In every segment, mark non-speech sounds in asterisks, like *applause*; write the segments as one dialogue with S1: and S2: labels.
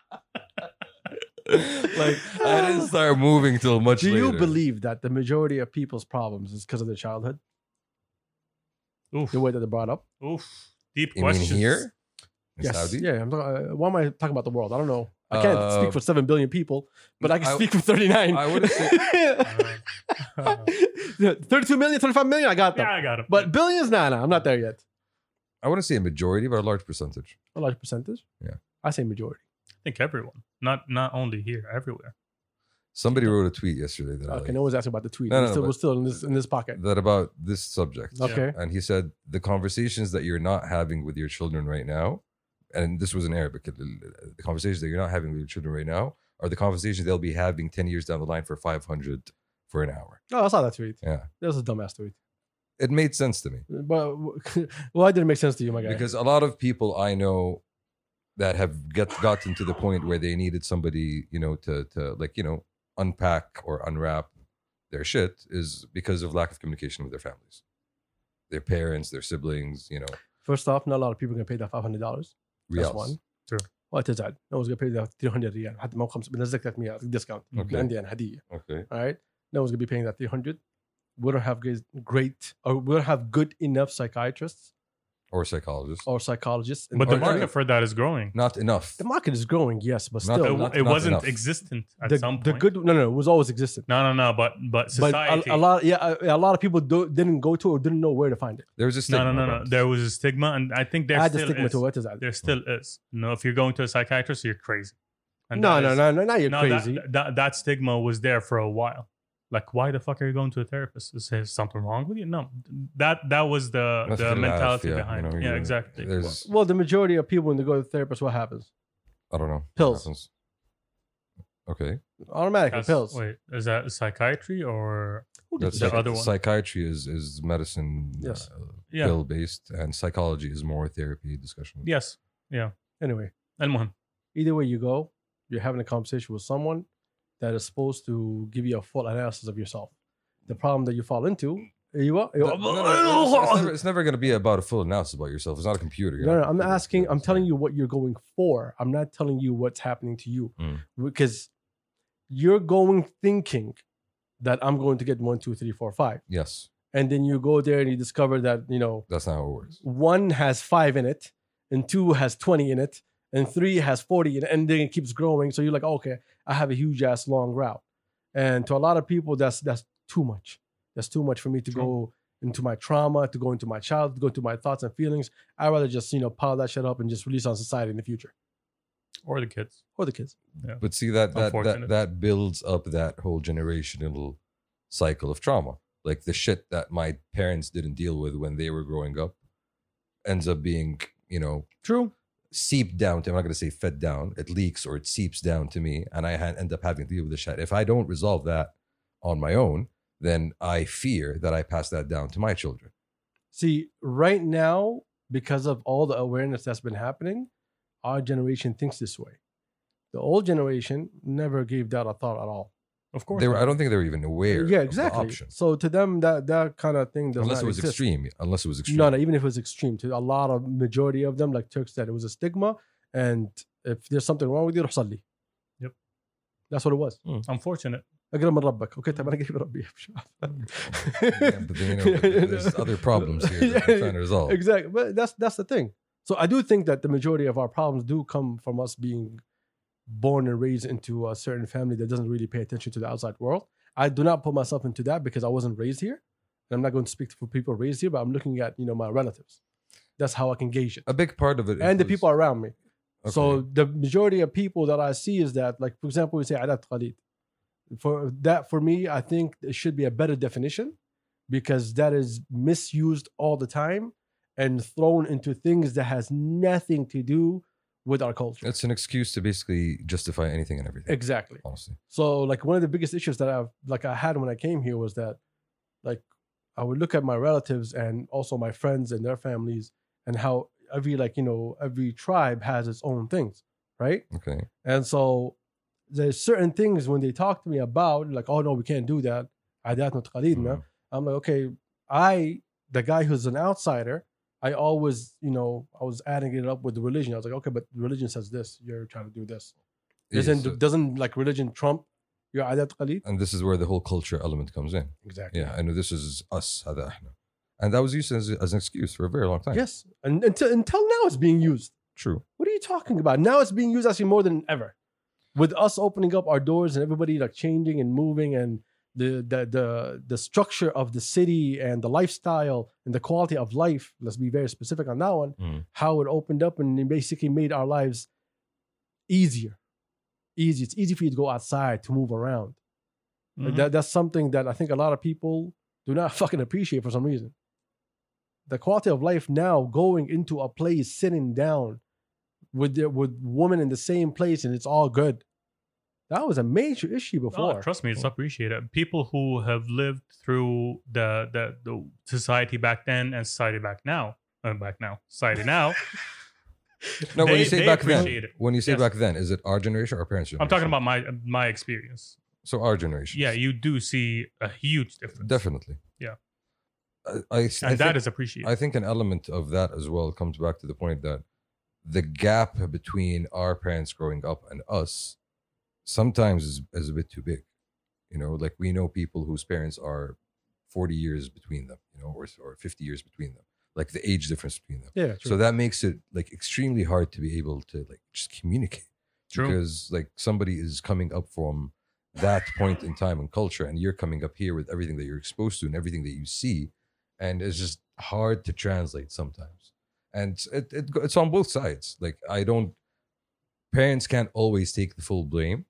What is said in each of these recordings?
S1: *laughs* like I didn't start moving till much
S2: Do
S1: later.
S2: you believe that the majority of people's problems is because of their childhood,
S3: Oof.
S2: the way that they're brought up?
S3: Oof. Deep
S1: You mean
S3: questions.
S1: here? In
S2: yes.
S1: Saudi?
S2: Yeah. I'm talking, uh, why am I talking about the world? I don't know. I can't
S1: Uh,
S2: speak for seven billion people, but I can
S1: I-
S2: speak for thirty nine.
S1: I would've
S2: *laughs* Thirty-two million, thirty-five million. I got them,
S3: *laughs* yeah, I got it.
S2: but billions? Nah, nah. I'm not there yet.
S1: I wouldn't say a majority, but a large percentage.
S2: A large percentage.
S1: Yeah.
S2: I say majority.
S3: I think everyone, not not only here, everywhere.
S1: Somebody wrote a tweet yesterday that I
S2: Okay,
S1: like,
S2: no one's asking about the tweet.
S1: No,
S2: we're,
S1: no,
S2: still,
S1: but-
S2: we're still in this in this pocket.
S1: that about this subject.
S3: Yeah.
S2: Okay.
S1: And he said the conversations that you're not having with your children right now, and this was in Arabic, the the conversations that you're not having with your children right now are the conversations they'll be having 10 years down the line for 500 for an hour.
S2: Oh, I saw that tweet.
S1: Yeah.
S2: That was a dumbass tweet.
S1: It made sense to me
S2: But *laughs* w- why did it make sense to you, my guy?
S1: because a lot of people I know that have get, gotten to the point where they needed somebody, you know, to, to like, you know, unpack or unwrap their shit is because of lack of communication with their families, their parents, their siblings, you know,
S2: First off, not a lot of people can pay that five hundred dollars. That's
S1: reals.
S2: one.
S3: Sure.
S2: وقت تزعل no one's gonna pay that 300 ريال حتى ما هو خمسة بنزلك 300 ديسكاونت
S1: Okay.
S2: عندي انا هديه
S1: Okay.
S2: all right no one's gonna be paying that 300 we don't have great, great or we don't have good enough psychiatrists
S1: Or psychologists.
S2: or psychologists in
S3: But the
S1: Or-
S3: market for that is growing.
S1: Not enough.
S2: the market is growing yes but
S1: Not
S2: still
S1: the-
S3: it,
S1: not-
S3: it
S1: not
S3: wasn't
S1: enough.
S3: existent at
S2: the,
S3: some point.
S2: the good no no it was always existed
S3: No, no, no. But but society.
S2: but a, a lot yeah a, a lot of people do, didn't go to or didn't know where to find it
S1: There was a stigma.
S3: no, no, no, no.
S1: about
S3: There was a stigma, and I think there
S2: add the
S3: still
S2: stigma
S3: is.
S2: to what is that
S3: There still is. You know, if you're going to a psychiatrist, you're crazy.
S2: no
S3: that
S2: no
S3: is-
S2: no no now you're
S3: no, that-
S2: crazy
S3: That, that stigma was there for a while. Like, why the fuck are you going to a therapist? Is there something wrong with you? No, that that was the
S1: That's the
S3: the
S1: laugh,
S3: mentality
S1: yeah,
S3: behind.
S1: you know,
S3: it. yeah,
S1: you-
S3: exactly.
S1: there's-
S2: well the majority of people when they go to therapists what happens
S1: I don't know.
S2: Pills.
S1: Happens. Okay.
S2: automatically
S3: That's-
S2: pills
S3: Wait, is that psychiatry or
S2: Who did
S1: That's
S3: The
S2: that?
S1: psych-
S3: other one.
S1: Psychiatry is, is medicine
S2: Yes.
S1: uh,
S3: yeah?
S1: pill based, and psychology is more therapy discussion.
S3: Yes.
S2: anyway
S3: المهم.
S2: either way you go, you're having a conversation with someone that is supposed to give you a full analysis of yourself. The problem that you fall into, eh, you are.
S1: No, no, no, it's- it's, never, going to be about a full analysis about yourself. It's not a computer. You're
S2: no, no,
S1: not a
S2: I'm
S1: computer.
S2: asking, I'm
S1: It's
S2: telling
S1: not-
S2: you what you're going for. I'm not telling you what's happening to you
S1: Mm.
S2: because you're going thinking that I'm going to get one, two, three, four, five.
S1: Yes,
S2: And then you go there and you discover that, you know,
S1: that's not how it works.
S2: one has five in it, and two has 20 in it, and three has 40 in it, and then it keeps growing. So you're like, okay, I have a huge ass long route. And to a lot of people, that's that's too much. That's too much for me to go into my trauma, to go into my child, to go into my thoughts and feelings. I'd rather just, you know, pile that shit up and just release on society in the future.
S3: Or the kids.
S2: Or the kids.
S1: But see that that that
S3: Unfortunate.
S1: that builds up that whole generational cycle of trauma. Like the shit that my parents didn't deal with when they were growing up ends up being, you know,
S2: True.
S1: seeped down to I'm not gonna say fed down, it leaks or it seeps down to me, and I ha- end up having to deal with the shit. If I don't resolve that on my own, then I fear that I pass that down to my children.
S2: See, right now, because of all the awareness that's been happening, our generation thinks this way. The old generation never gave that a thought at all.
S3: Of course.
S1: They were I don't think they were even aware
S2: Yeah,
S1: of the
S2: exactly.
S1: option.
S2: So to them, that that kind of thing does
S1: Unless
S2: not
S1: it was
S2: exist.
S1: extreme. Unless it was extreme.
S2: No, no. Even if it was extreme, to a lot of majority of them, like Turk said, it was a stigma, and if there's something wrong with you, روح صلي.
S3: Yep.
S2: That's what it was.
S3: Unfortunate.
S2: اقرب من ربك. Okay, طب انا قريب ربي. *laughs*
S1: *laughs* yeah, but then, you know, there's
S2: *laughs*
S1: other problems here that we're trying to resolve.
S2: Exactly. But that's that's the thing. So I do think that the majority of our problems do come from us being born and raised into a certain family that doesn't really pay attention to the outside world. I do not put myself into that because I wasn't raised here. And I'm not going to speak for people raised here, but I'm looking at, you know, my relatives. That's how I can gauge it.
S1: A big part of it,
S2: And the
S1: includes-
S2: people around me.
S1: Okay.
S2: So the majority of people that I see is that, like for example, we say adat qalid. For that, for me, I think it should be a better definition because that is misused all the time and thrown into things that has nothing to do with our culture.
S1: it's an excuse to basically justify anything and everything.
S2: exactly.
S1: honestly,
S2: So like one of the biggest issues that I've like I had when I came here was that like I would look at my relatives and also my friends and their families and how every like you know every tribe has its own things, right?
S1: okay,
S2: And so there's certain things when they talk to me about like, oh no, we can't do that. عاداتنا وتقاليدنا.
S1: Mm.
S2: I'm like, okay, I the guy who's an outsider, I always, you know, I was adding it up with the religion. I was like, okay, but religion says this, you're trying to do this. Doesn't
S1: Yes.
S2: doesn't like religion trump your عادات قليل؟
S1: uh, and this is where the whole culture element comes in.
S2: Exactly.
S1: Yeah, I know this is us, هذا إحنا. and that was used as, as an excuse for a very long time.
S2: Yes, and until until now it's being used.
S1: true.
S2: What are you talking about? Now it's being used actually more than ever, with us opening up our doors and everybody like changing and moving and the the the, the structure of the city and the lifestyle and the quality of life. Let's be very specific on that one.
S1: Mm.
S2: How it opened up and it basically made our lives easier. Easy. It's easy for you to go outside to move around. Like,
S3: Mhm.
S2: That, that's something that I think a lot of people do not *laughs* fucking appreciate for some reason. The quality of life now going into a place, sitting down with the, with women in the same place, and it's all good. That was a major issue before. Hmm.
S3: Oh, trust me, it's appreciated. People who have lived through the the, the society back then and society back now, uh, back now, society
S1: *laughs*
S3: now.
S1: No, when
S3: They-
S1: you say
S3: they
S1: back then,
S3: appreciate it.
S1: when you say
S3: Yes.
S1: back then, is it our generation or our parents' generation?
S3: I'm talking about my my experience.
S1: so our generation.
S3: Yeah, you do see a huge difference,
S1: definitely.
S3: Yeah.
S1: I, I, I
S3: and
S1: think-
S3: that is appreciated.
S1: I think an element of that as well comes back to the point that the gap between our parents growing up and us sometimes is, is a bit too big. You know, like we know people whose parents are 40 years between them, you know, or, or 50 years between them, like the age difference between them.
S2: yeah, true.
S1: So that makes it like extremely hard to be able to like just communicate
S3: True.
S1: because like somebody is coming up from that point in time and culture and you're coming up here with everything that you're exposed to and everything that you see and it's just hard to translate sometimes and it, it it's on both sides like i don't parents can't always take the full blame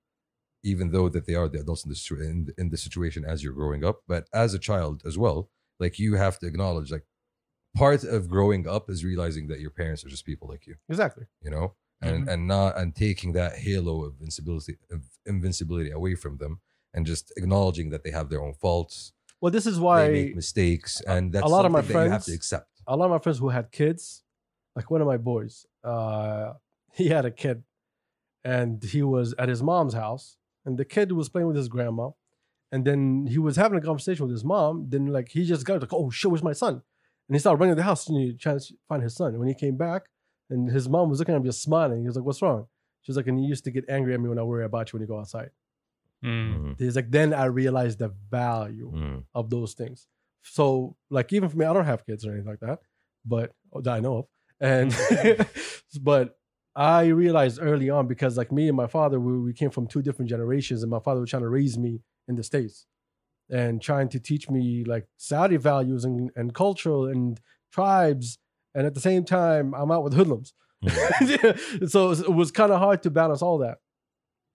S1: even though that they are the adults in the situ- in, in the situation as you're growing up but as a child as well like you have to acknowledge like part of growing up is realizing that your parents are just people like you
S2: exactly.
S1: you know
S2: Mm-hmm.
S1: and and not and taking that halo of invincibility of invincibility away from them and just acknowledging that they have their own faults
S2: Well, this is
S1: they
S2: why
S1: make mistakes and that's
S2: a lot of my
S1: something that you have
S2: friends-
S1: to accept
S2: a lot of my friends who had kids, like one of my boys, uh, *laughs* he had a kid, and he was at his mom's house, and the kid was playing with his grandma, and then he was having a conversation with his mom. Then like he just got like, oh shit, where's my son? And he started running the house and he trying to find his son. When he came back, and his mom was looking at him just smiling. He was like, what's wrong? She was like, and you used to get angry at me when I worry about you when you go outside.
S3: Mm.
S2: He's like, then I realized the value
S1: Mm.
S2: of those things. So, like, even for me, I don't have kids or anything like that, but oh, that I know of. And, *laughs* but I realized early on because, like, me and my father, we, we came from two different generations, and my father was trying to raise me in the States and trying to teach me, like, Saudi values and, and cultural and tribes. And at the same time, I'm out with hoodlums. *laughs* so it was, it was kind of hard to balance all that.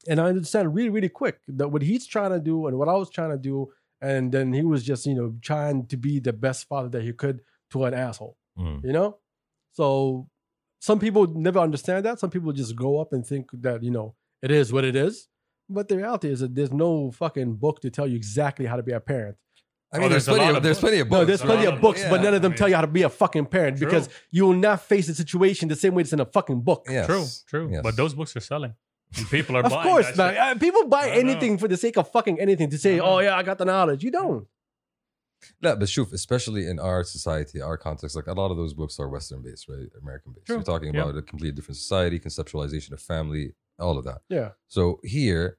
S2: And I understand really, really quick that what he's trying to do and what I was trying to do and then he was just you know trying to be the best father that he could to an asshole
S1: Mm.
S2: you know so some people never understand that some people just grow up and think that you know it is what it is but the reality is that there's no fucking book to tell you exactly how to be a parent
S1: i
S3: Oh,
S1: mean there's,
S3: there's a
S1: plenty
S3: lot
S1: of,
S3: of
S1: there's
S3: books.
S1: plenty of books
S2: no there's
S3: a
S2: plenty
S3: lot
S2: of
S3: of
S2: books
S1: yeah.
S2: but none of them
S3: I
S2: tell you how to be a fucking parent
S3: True.
S2: because you will not face the situation the same way it's in a fucking book
S1: yes.
S3: True, true.
S1: Yes.
S3: But those books are selling. And people are
S2: of
S3: buying.
S2: course
S3: that
S2: not.
S3: shit.
S2: Uh, people buy
S3: I know.
S2: anything for the sake of fucking anything to say
S3: I know.
S2: oh yeah i got the knowledge you don't
S1: No, but shoof, especially in our society, our context, like a lot of those books are Western based, right? American based.
S3: True.
S1: You're talking
S3: Yeah.
S1: about a completely different society, conceptualization of family, all of that.
S2: yeah
S1: So here,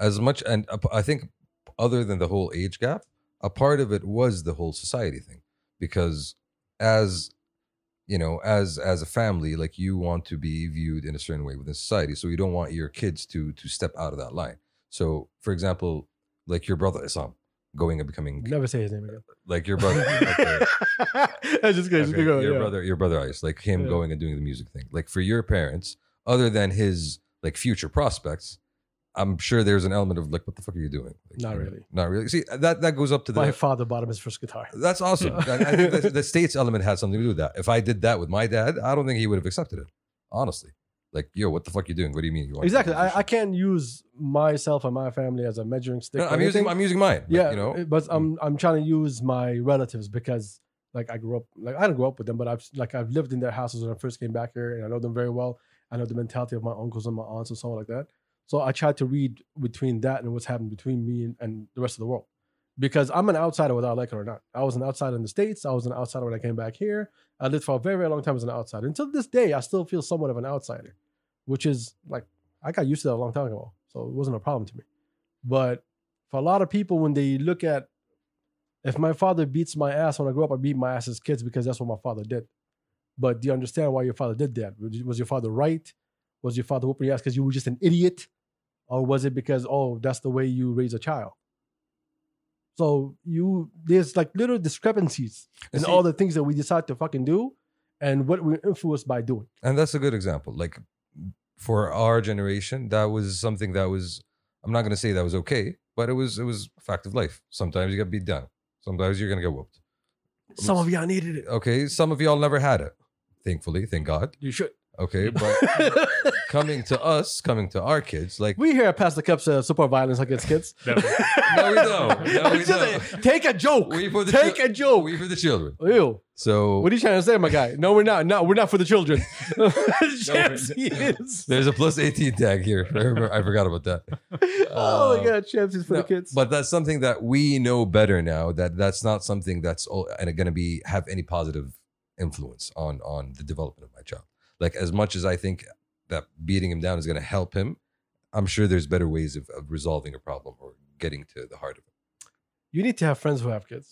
S1: as much and ap- I think, other than the whole age gap, a part of it was the whole society thing, because as you know, as as a family, like you want to be viewed in a certain way within society, so you don't want your kids to to step out of that line. So, for example, like your brother Isam going and becoming
S2: never say his name again
S1: like your
S2: *laughs*
S1: brother. Okay.
S2: I'm just kidding, just
S1: Okay,
S2: go,
S1: your
S2: yeah.
S1: brother, your brother Ice, like him
S2: Yeah.
S1: going and doing the music thing. Like for your parents, other than his like future prospects, I'm sure there's an element of like, what the fuck are you doing? Like,
S2: Not
S1: you know,
S2: really.
S1: Not really. See, that that goes up to the.
S2: My father bought him his first guitar.
S1: *laughs* that's awesome.
S2: Yeah.
S1: I- I think
S2: *laughs*
S1: the, the states element had something to do with that. If I did that with my dad, I don't think he would have accepted it. Honestly, like, yo, what the fuck you doing? What do you mean? You want to be a
S2: Exactly. I, I
S1: musician?
S2: can't use myself and my family as a measuring stick.
S1: No,
S2: or
S1: I'm using.
S2: anything.
S1: I'm using mine. Like,
S2: yeah, eh,
S1: you know. mm.
S2: but I'm I'm trying to use my relatives because like I grew up like I didn't grow up with them, but I've like I've lived in their houses when I first came back here, and I know them very well. I know the mentality of my uncles and my aunts and so on like that. So I tried to read between that and what's happened between me and, and the rest of the world, because I'm an outsider whether I like it or not. I was an outsider in the states. I was an outsider when I came back here. I lived for a very very long time as an outsider. Until this day, I still feel somewhat of an outsider. which is like I got used to that a long time ago, so it wasn't a problem to me. But for a lot of people, when they look at if my father beats my ass when I grew up, I beat my ass as kids because that's what my father did. But do you understand why your father did that? Was was your father right? Was your father whooping your ass because you were just an idiot, or was it because oh that's the way you raise a child? So you there's like little discrepancies in
S1: See-
S2: all the things that we decide to fucking do, and what we're influenced by doing.
S1: and that's a good example like for our generation that was something that was i'm not going to say that was okay but it was it was a fact of life sometimes you get beat down sometimes you're going to get whooped
S2: Some of y'all needed it.
S1: okay some of y'all never had it thankfully thank god
S2: You *laughs* should.
S1: *laughs* okay but coming to us coming to our kids like
S2: we here at Pastor Cups uh, support violence against kids.
S3: That was-
S1: *laughs* No, we don't. No, we
S2: It's just a-
S1: don't.
S2: take a joke.
S1: we for the
S2: take
S1: chil-
S2: a joke.
S1: we for the children
S2: Ew.
S1: so
S2: What are you trying to say, my guy? No, we're not. No, we're not for the children.
S1: *laughs*
S2: *laughs* Champs, he is.
S1: there's a plus 18 tag here *laughs* I remember- i forgot about that
S2: oh my
S1: Uh,
S2: god, Champs is for the
S1: No,
S2: kids.
S1: But that's something that we know better now. That that's not something that's all, and going to be have any positive influence on on the development of my child. Like as much as I think that beating him down is going to help him, I'm sure there's better ways of, of resolving a problem or getting to the heart of it.
S2: you need to have friends who have kids.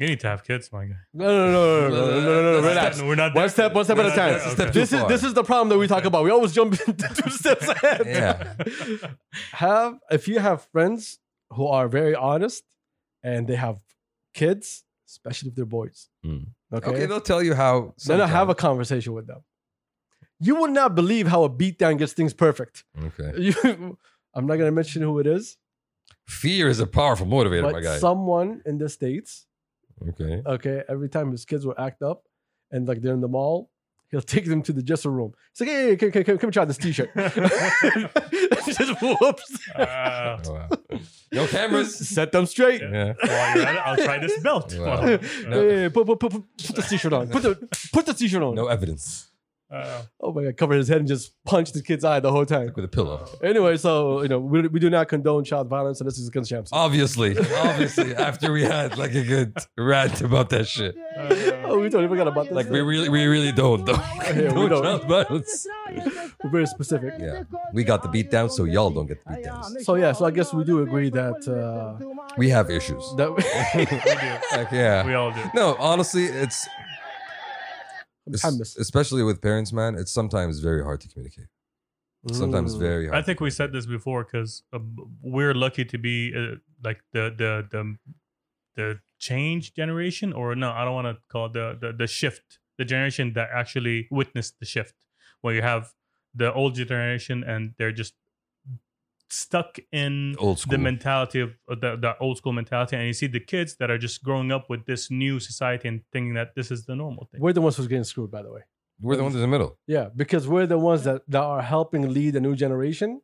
S3: you need to have kids, my guy.
S2: No, no, no, no, no, no, no, no, no, no, relax.
S3: We're not
S2: One
S3: there.
S2: step- one step
S3: We're
S2: at a
S3: not
S2: time.
S3: there.
S1: That's a step
S3: Okay.
S2: This is this is the problem that we talk about. We always jump *laughs* two steps ahead.
S1: Yeah.
S2: *laughs* have if you have friends who are very honest and they have kids, especially if they're boys.
S1: Hmm.
S2: Okay.
S1: Okay, they'll tell you how.
S2: then I have a
S1: sometime.
S2: conversation with them. You will not believe how a beatdown gets things
S1: *laughs*
S2: perfect.
S1: okay.
S2: You- I'm not gonna mention who it is,
S1: Fear is a powerful motivator, my
S2: but
S1: guy.
S2: someone in the states.
S1: okay.
S2: Okay, every time his kids will act up, and like they're in the mall, he'll take them to the dressing room. He's like, "Hey, come, come, come, come try this
S1: *laughs*
S2: t-shirt." *laughs* Just whoops.
S3: *laughs* Uh,
S1: Oh, wow. No
S2: *laughs*
S1: cameras.
S2: Set them straight.
S1: yeah.
S3: while you're at it, I'll try this belt.
S1: Wow.
S3: Well,
S1: No.
S2: Hey, put, put, put, put, put this t-shirt on. Put the put the t-shirt on.
S1: No evidence.
S3: uh,
S2: Oh my god! Cover his head and just punch the kid's eye the whole time.
S1: With a pillow.
S2: Anyway, so you know we, we do not condone child violence, and this is against champs.
S1: *laughs* Oh. Obviously, obviously, after we had like a good rant about that shit.
S2: Oh, we totally forgot about this.
S1: Like we really, we really don't. though.
S2: *laughs* Yeah, we don't.
S1: Child violence.
S2: We're very specific.
S1: Yeah, we got the beat down, so y'all don't get the beat downs.
S2: So yeah, so I guess we do agree that uh,
S1: We have issues.
S2: that
S3: we do.
S1: Like, yeah.
S3: We all do.
S1: No, honestly, it's es-
S2: Hamas.
S1: especially with parents, man. It's sometimes very hard to communicate. *laughs* Sometimes
S2: Mm.
S1: very hard.
S3: I think we said this before because we're lucky to be uh, like the the the the change generation, or no, I don't want to call it the, the the shift, the generation that actually witnessed the shift, where you have the old generation and they're just stuck in
S1: old school.
S3: the mentality of of the, the old school mentality, and you see the kids that are just growing up with this new society and thinking that this is the normal thing.
S2: we're the ones who's getting screwed, by the way.
S1: We're the ones in the middle.
S2: Yeah, because we're the ones that, that are helping lead the new generation.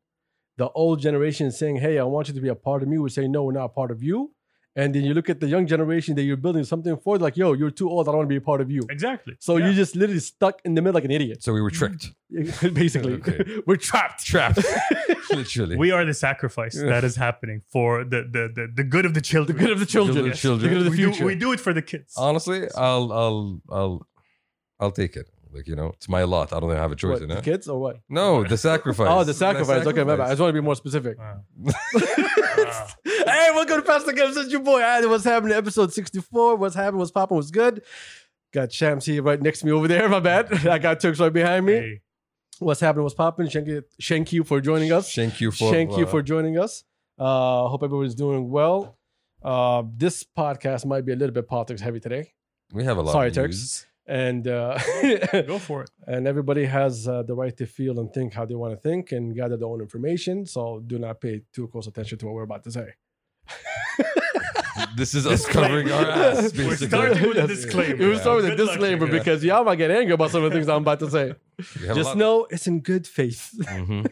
S2: The old generation is saying, "Hey, I want you to be a part of me." We're saying, "No, we're not a part of you." And then you look at the young generation that you're building something for, like, "Yo, you're too old. I don't want to be a part of you."
S3: Exactly.
S2: So
S3: Yeah.
S2: you're just literally stuck in the middle like an idiot,
S1: So we were
S3: *laughs*
S1: tricked,
S2: *laughs* basically.
S1: Okay.
S2: *laughs* We're trapped.
S1: trapped, *laughs* literally.
S3: we are the sacrifice that is happening for the the the, the good of the children.
S2: The good of the children.
S1: The children.
S2: The good of the
S3: we,
S2: future.
S3: do, we do it for the kids.
S1: honestly, I'll, I'll, I'll, I'll take it. Like you know, it's my lot. I don't have a choice
S2: What,
S1: in
S2: the
S1: it.
S2: kids or what?
S1: No, the sacrifice.
S2: Oh, the sacrifice. Okay, my bad. I just want to be more
S3: *laughs*
S2: specific. *laughs*
S3: Wow. Wow.
S2: hey, welcome to Pastor Gibbs. It's your boy. Adam. What's happening? Episode 64. What's happening? What's popping? What's good? Got Shams here right next to me over there. *laughs* My bad. I got Turks right behind me.
S3: Hey,
S2: What's happening? What's popping? Shank, shank you for joining us.
S1: Thank you for.
S2: Thank you
S1: uh,
S2: for joining us. Uh, hope everybody's doing well. Uh, this podcast might be a little bit politics heavy today,
S1: We have a lot.
S2: Sorry,
S1: of
S2: Turks.
S1: views.
S2: and uh, *laughs*
S3: go for it.
S2: and everybody has uh, the right to feel and think how they want to think and gather their own information. So do not pay too close attention to what we're about to *laughs* say.
S1: This is us covering
S2: *laughs*
S1: our
S3: *laughs*
S1: ass.
S3: We're
S1: basically.
S3: starting with a
S2: Yes.
S3: disclaimer.
S2: It was start with a
S3: Good luck.
S2: disclaimer
S1: Yeah.
S2: because y'all might get angry about some of the things I'm about to
S3: *laughs*
S2: say.
S1: We have a
S2: Just
S1: lot-
S2: know it's in good faith.
S1: Mhm.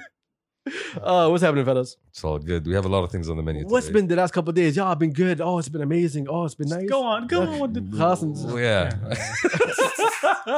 S2: Uh, what's happening, fellas?
S1: It's all good. We have a lot of things on the menu.
S2: What's
S1: today.
S2: been the last couple of days? Y'all have been good. Oh, it's been amazing. Oh, it's been nice.
S3: Go on, go on.
S2: *laughs*
S3: With the, *laughs*
S2: Hassan.
S1: Oh, Yeah.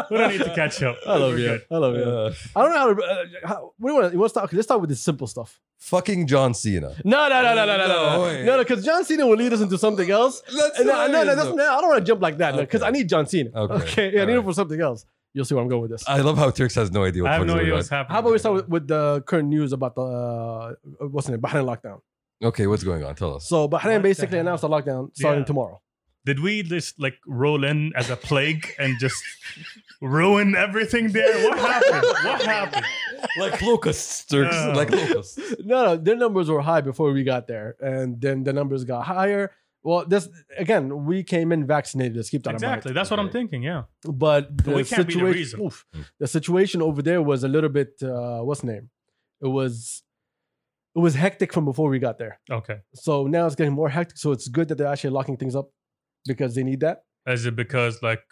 S3: we don't need to catch up.
S2: I love
S3: We're
S2: you.
S3: good.
S2: I love you.
S1: Uh,
S2: I don't know how to. Uh, how, what do you want? You want to start? Okay, let's start with the simple stuff.
S1: *laughs* fucking John Cena.
S2: No, no, no, no, no, no,
S1: No
S2: no,
S1: way.
S2: no, no. Because John Cena will lead us into something else.
S1: Let's
S2: No, no, no, that's, no. I don't want to jump like that
S1: Okay.
S2: because I need John Cena.
S1: Okay.
S2: Okay, I need him
S1: Alright.
S2: for something else. You'll see where I'm going with this.
S3: Uh,
S1: I love how Turks has no idea what
S3: I have
S1: Puerto
S3: no idea
S1: Rico
S3: what's
S1: is.
S3: happening.
S2: How about we start with, with the current news about the uh, what's in it, Bahrain lockdown?
S1: Okay, what's going on? Tell us.
S2: So Bahrain
S3: the
S2: basically
S3: hell?
S2: announced a lockdown starting
S3: Yeah.
S2: tomorrow.
S3: Did we just like roll in as a plague and just *laughs* ruin everything there? What happened? What happened?
S1: *laughs* like locusts, Turks.
S3: Yeah.
S1: Like locusts.
S2: No, no, their numbers were high before we got there, and then the numbers got higher. Well, this again, we came in vaccinated. Let's keep that
S3: Exactly.
S2: in
S3: That's what I'm
S1: Okay.
S3: thinking. Yeah.
S2: mind. But the
S3: we can't be the
S2: situation,
S3: reason. Hmm.
S2: oof, the situation over there was a little bit uh, what's the name? It was, it was hectic from before we got there.
S3: Okay.
S2: So now it's getting more hectic. So it's good that they're actually locking things up because they need that.
S3: Is it because like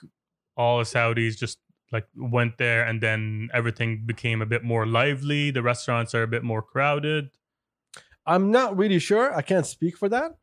S3: all the Saudis just like went there and then everything became a bit more lively? The restaurants are a bit more crowded.
S2: I'm not really sure. I can't speak for that.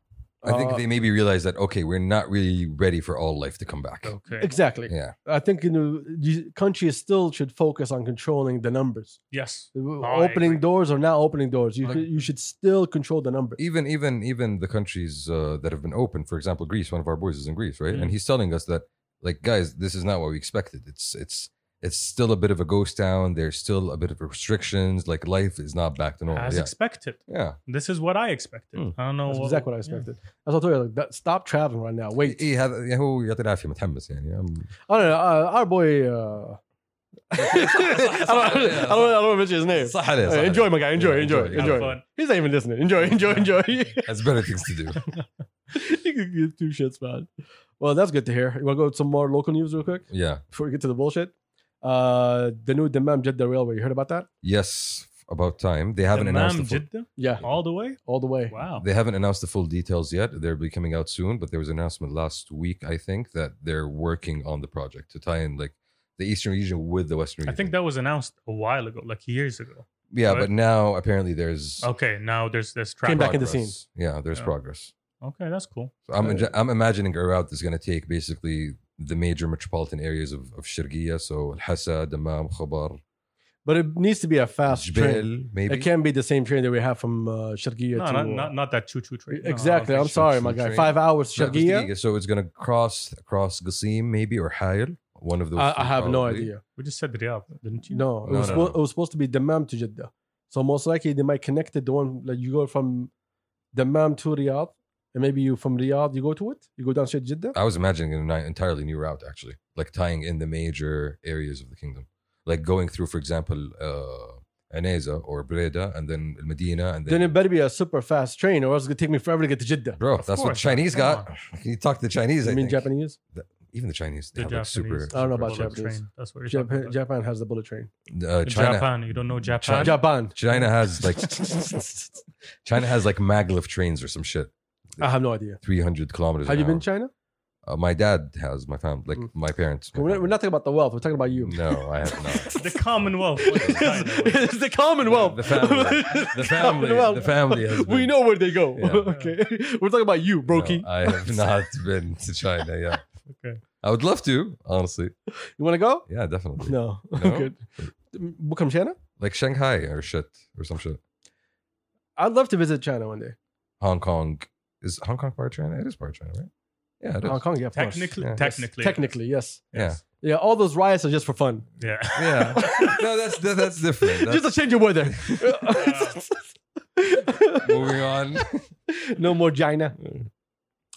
S1: I think
S2: Uh,
S1: they maybe realize that okay, we're not really ready for all life to come back.
S3: Okay.
S2: exactly.
S1: Yeah,
S2: I think you know, the country still should focus on controlling the numbers.
S3: Yes. Oh, I
S2: opening
S3: agree.
S2: doors or not opening doors, you
S1: I
S2: should, you should still control the numbers.
S1: even even even the countries uh, that have been open, for example, Greece. One of our boys is in Greece, right?
S3: Mm.
S1: And he's telling us that like guys, this is not what we expected. It's it's it's still a bit of a ghost town. There's still a bit of restrictions. Like life is not back to normal.
S3: As
S1: Yeah.
S3: expected.
S1: yeah,
S3: This is what I expected.
S1: Hmm.
S3: I don't know
S2: That's
S3: what,
S2: exactly what I
S3: yeah.
S2: expected. That's what I told you. Like, that, stop traveling right now.
S1: *laughs*
S2: Wait.
S1: إيه هذا يعني هو يعطي العافية متحمس يعني.
S2: *laughs*
S1: I'm- *laughs*
S2: Oh no, no uh, our boy. Uh, *laughs* I don't. I don't, I don't want to mention his name.
S1: صح عليه، صح
S2: Hey,
S1: عليه.
S2: enjoy, my guy. Enjoy,
S1: Yeah,
S2: enjoy,
S1: enjoy,
S2: enjoy.
S1: yeah.
S3: Have fun.
S2: He's not even listening. Enjoy,
S1: *laughs*
S2: enjoy, enjoy.
S1: Has better things to do.
S2: *laughs* you can give two shits, man. Well, that's good to hear. You want to go with some more local news real quick
S1: Yeah.
S2: before we get to the bullshit? Uh, the new Dammam Jeddah Railway. You heard about that?
S1: Yes, about time. They haven't
S3: Haven't
S1: announced the
S3: announced
S1: full,
S3: Jeddah
S2: Yeah,
S3: all the way.
S2: all the way.
S3: Wow.
S1: they haven't announced the full details yet. They'll be coming out soon, but there was an announcement last week, I think, that they're working on the project to tie in like the eastern region with the western
S3: I
S1: region.
S3: think that was announced a while ago, like years ago.
S1: yeah,
S3: right?
S1: but now apparently there's
S3: Okay, now there's there's
S2: Came
S3: traffic.
S2: back in the
S1: progress. Yeah, there's
S3: Yeah.
S1: progress.
S3: Okay, that's cool.
S1: So I'm
S2: Uh,
S1: inja- I'm imagining a route that's going to take basically the major metropolitan areas of of Shirgiya, so Al Hasa, Dammam, Khobar,
S2: But it needs to be a fast train.
S1: Jbeil, maybe.
S2: It can't be the same train that we have from uh, Sharqiya
S3: No,
S2: to.
S3: not,
S2: uh,
S3: not not that choo choo train. No, I don't
S2: exactly.
S3: think
S2: I'm
S3: so.
S2: sorry,
S1: should
S2: my guy.
S1: train.
S2: Five hours
S1: Not just
S2: Sharqiya.
S1: Digiga. So it's going to cross across Qasim, maybe, or Hayel, one of those.
S2: I,
S1: two
S2: I have no
S1: probably.
S2: idea.
S3: We just said Riyadh, didn't you?
S2: No, it,
S1: No, no,
S2: was suppo-
S1: no.
S2: it was supposed to be Dammam to Jeddah. So most likely they might connect it. The one like you go from Dammam to Riyadh, and maybe you from Riyadh you go to it. You go down straight to Jeddah.
S1: I was imagining an entirely new route, actually, like tying in the major areas of the kingdom, like going through, for example, uh, Aneza or Breda, and then Al Medina, and then.
S2: then it better be a super fast train, or else it's gonna take me forever to get to Jeddah.
S1: Bro,
S3: Of
S1: that's what
S3: course,
S1: Chinese
S3: come
S1: got. *laughs* You talk to the Chinese, I
S2: I mean
S1: think.
S2: Japanese.
S1: Even the Chinese, they
S3: The
S1: have like super. uh,
S3: Japanese.
S2: I don't know
S1: super
S2: about
S1: products.
S2: Japanese.
S3: train. That's what you're talking
S2: Japan,
S3: about.
S2: Japan has the bullet train.
S1: Uh, China,
S3: Japan. You don't know Japan.
S1: China.
S2: Japan.
S1: China has
S2: *laughs*
S1: like China has like maglev trains or some shit,
S2: I have no idea.
S1: three hundred kilometers.
S2: Have
S1: an
S2: you been
S1: hour.
S2: to China?
S1: Uh, my dad has my family, like
S2: Mm.
S1: my parents. my
S2: We're not, we're
S1: family.
S2: not talking about the wealth. We're talking about you. *laughs*
S1: No, I have not.
S3: The Commonwealth. What is China?
S2: it's the Commonwealth.
S1: *laughs* The family.
S2: *laughs*
S1: The family.
S2: Commonwealth.
S1: The family. Has
S2: We
S1: been-
S2: know where they go.
S1: Yeah.
S2: *laughs* okay, we're talking about you,
S1: No,
S2: Brokey.
S1: I have not been to China. Yeah.
S3: Okay.
S1: I would love to, honestly.
S2: You want to go?
S1: Yeah, definitely.
S2: No.
S1: No?
S2: *laughs* Good. Become China?
S1: Like Shanghai or shit or some shit.
S2: I'd love to visit China one day.
S1: Hong Kong is Hong Kong part of China. It is part of China, right? Yeah, it is.
S2: Hong Kong, yeah, of course.
S3: Technically,
S1: Yeah.
S3: technically,
S2: Technically, yes.
S1: Yeah,
S2: Yeah, all those riots are just for fun.
S3: yeah. *laughs*
S1: yeah.
S2: *laughs*
S1: No, that's that, that's different. That's
S2: just to change of
S1: *laughs*
S2: weather.
S1: moving on.
S2: no more China.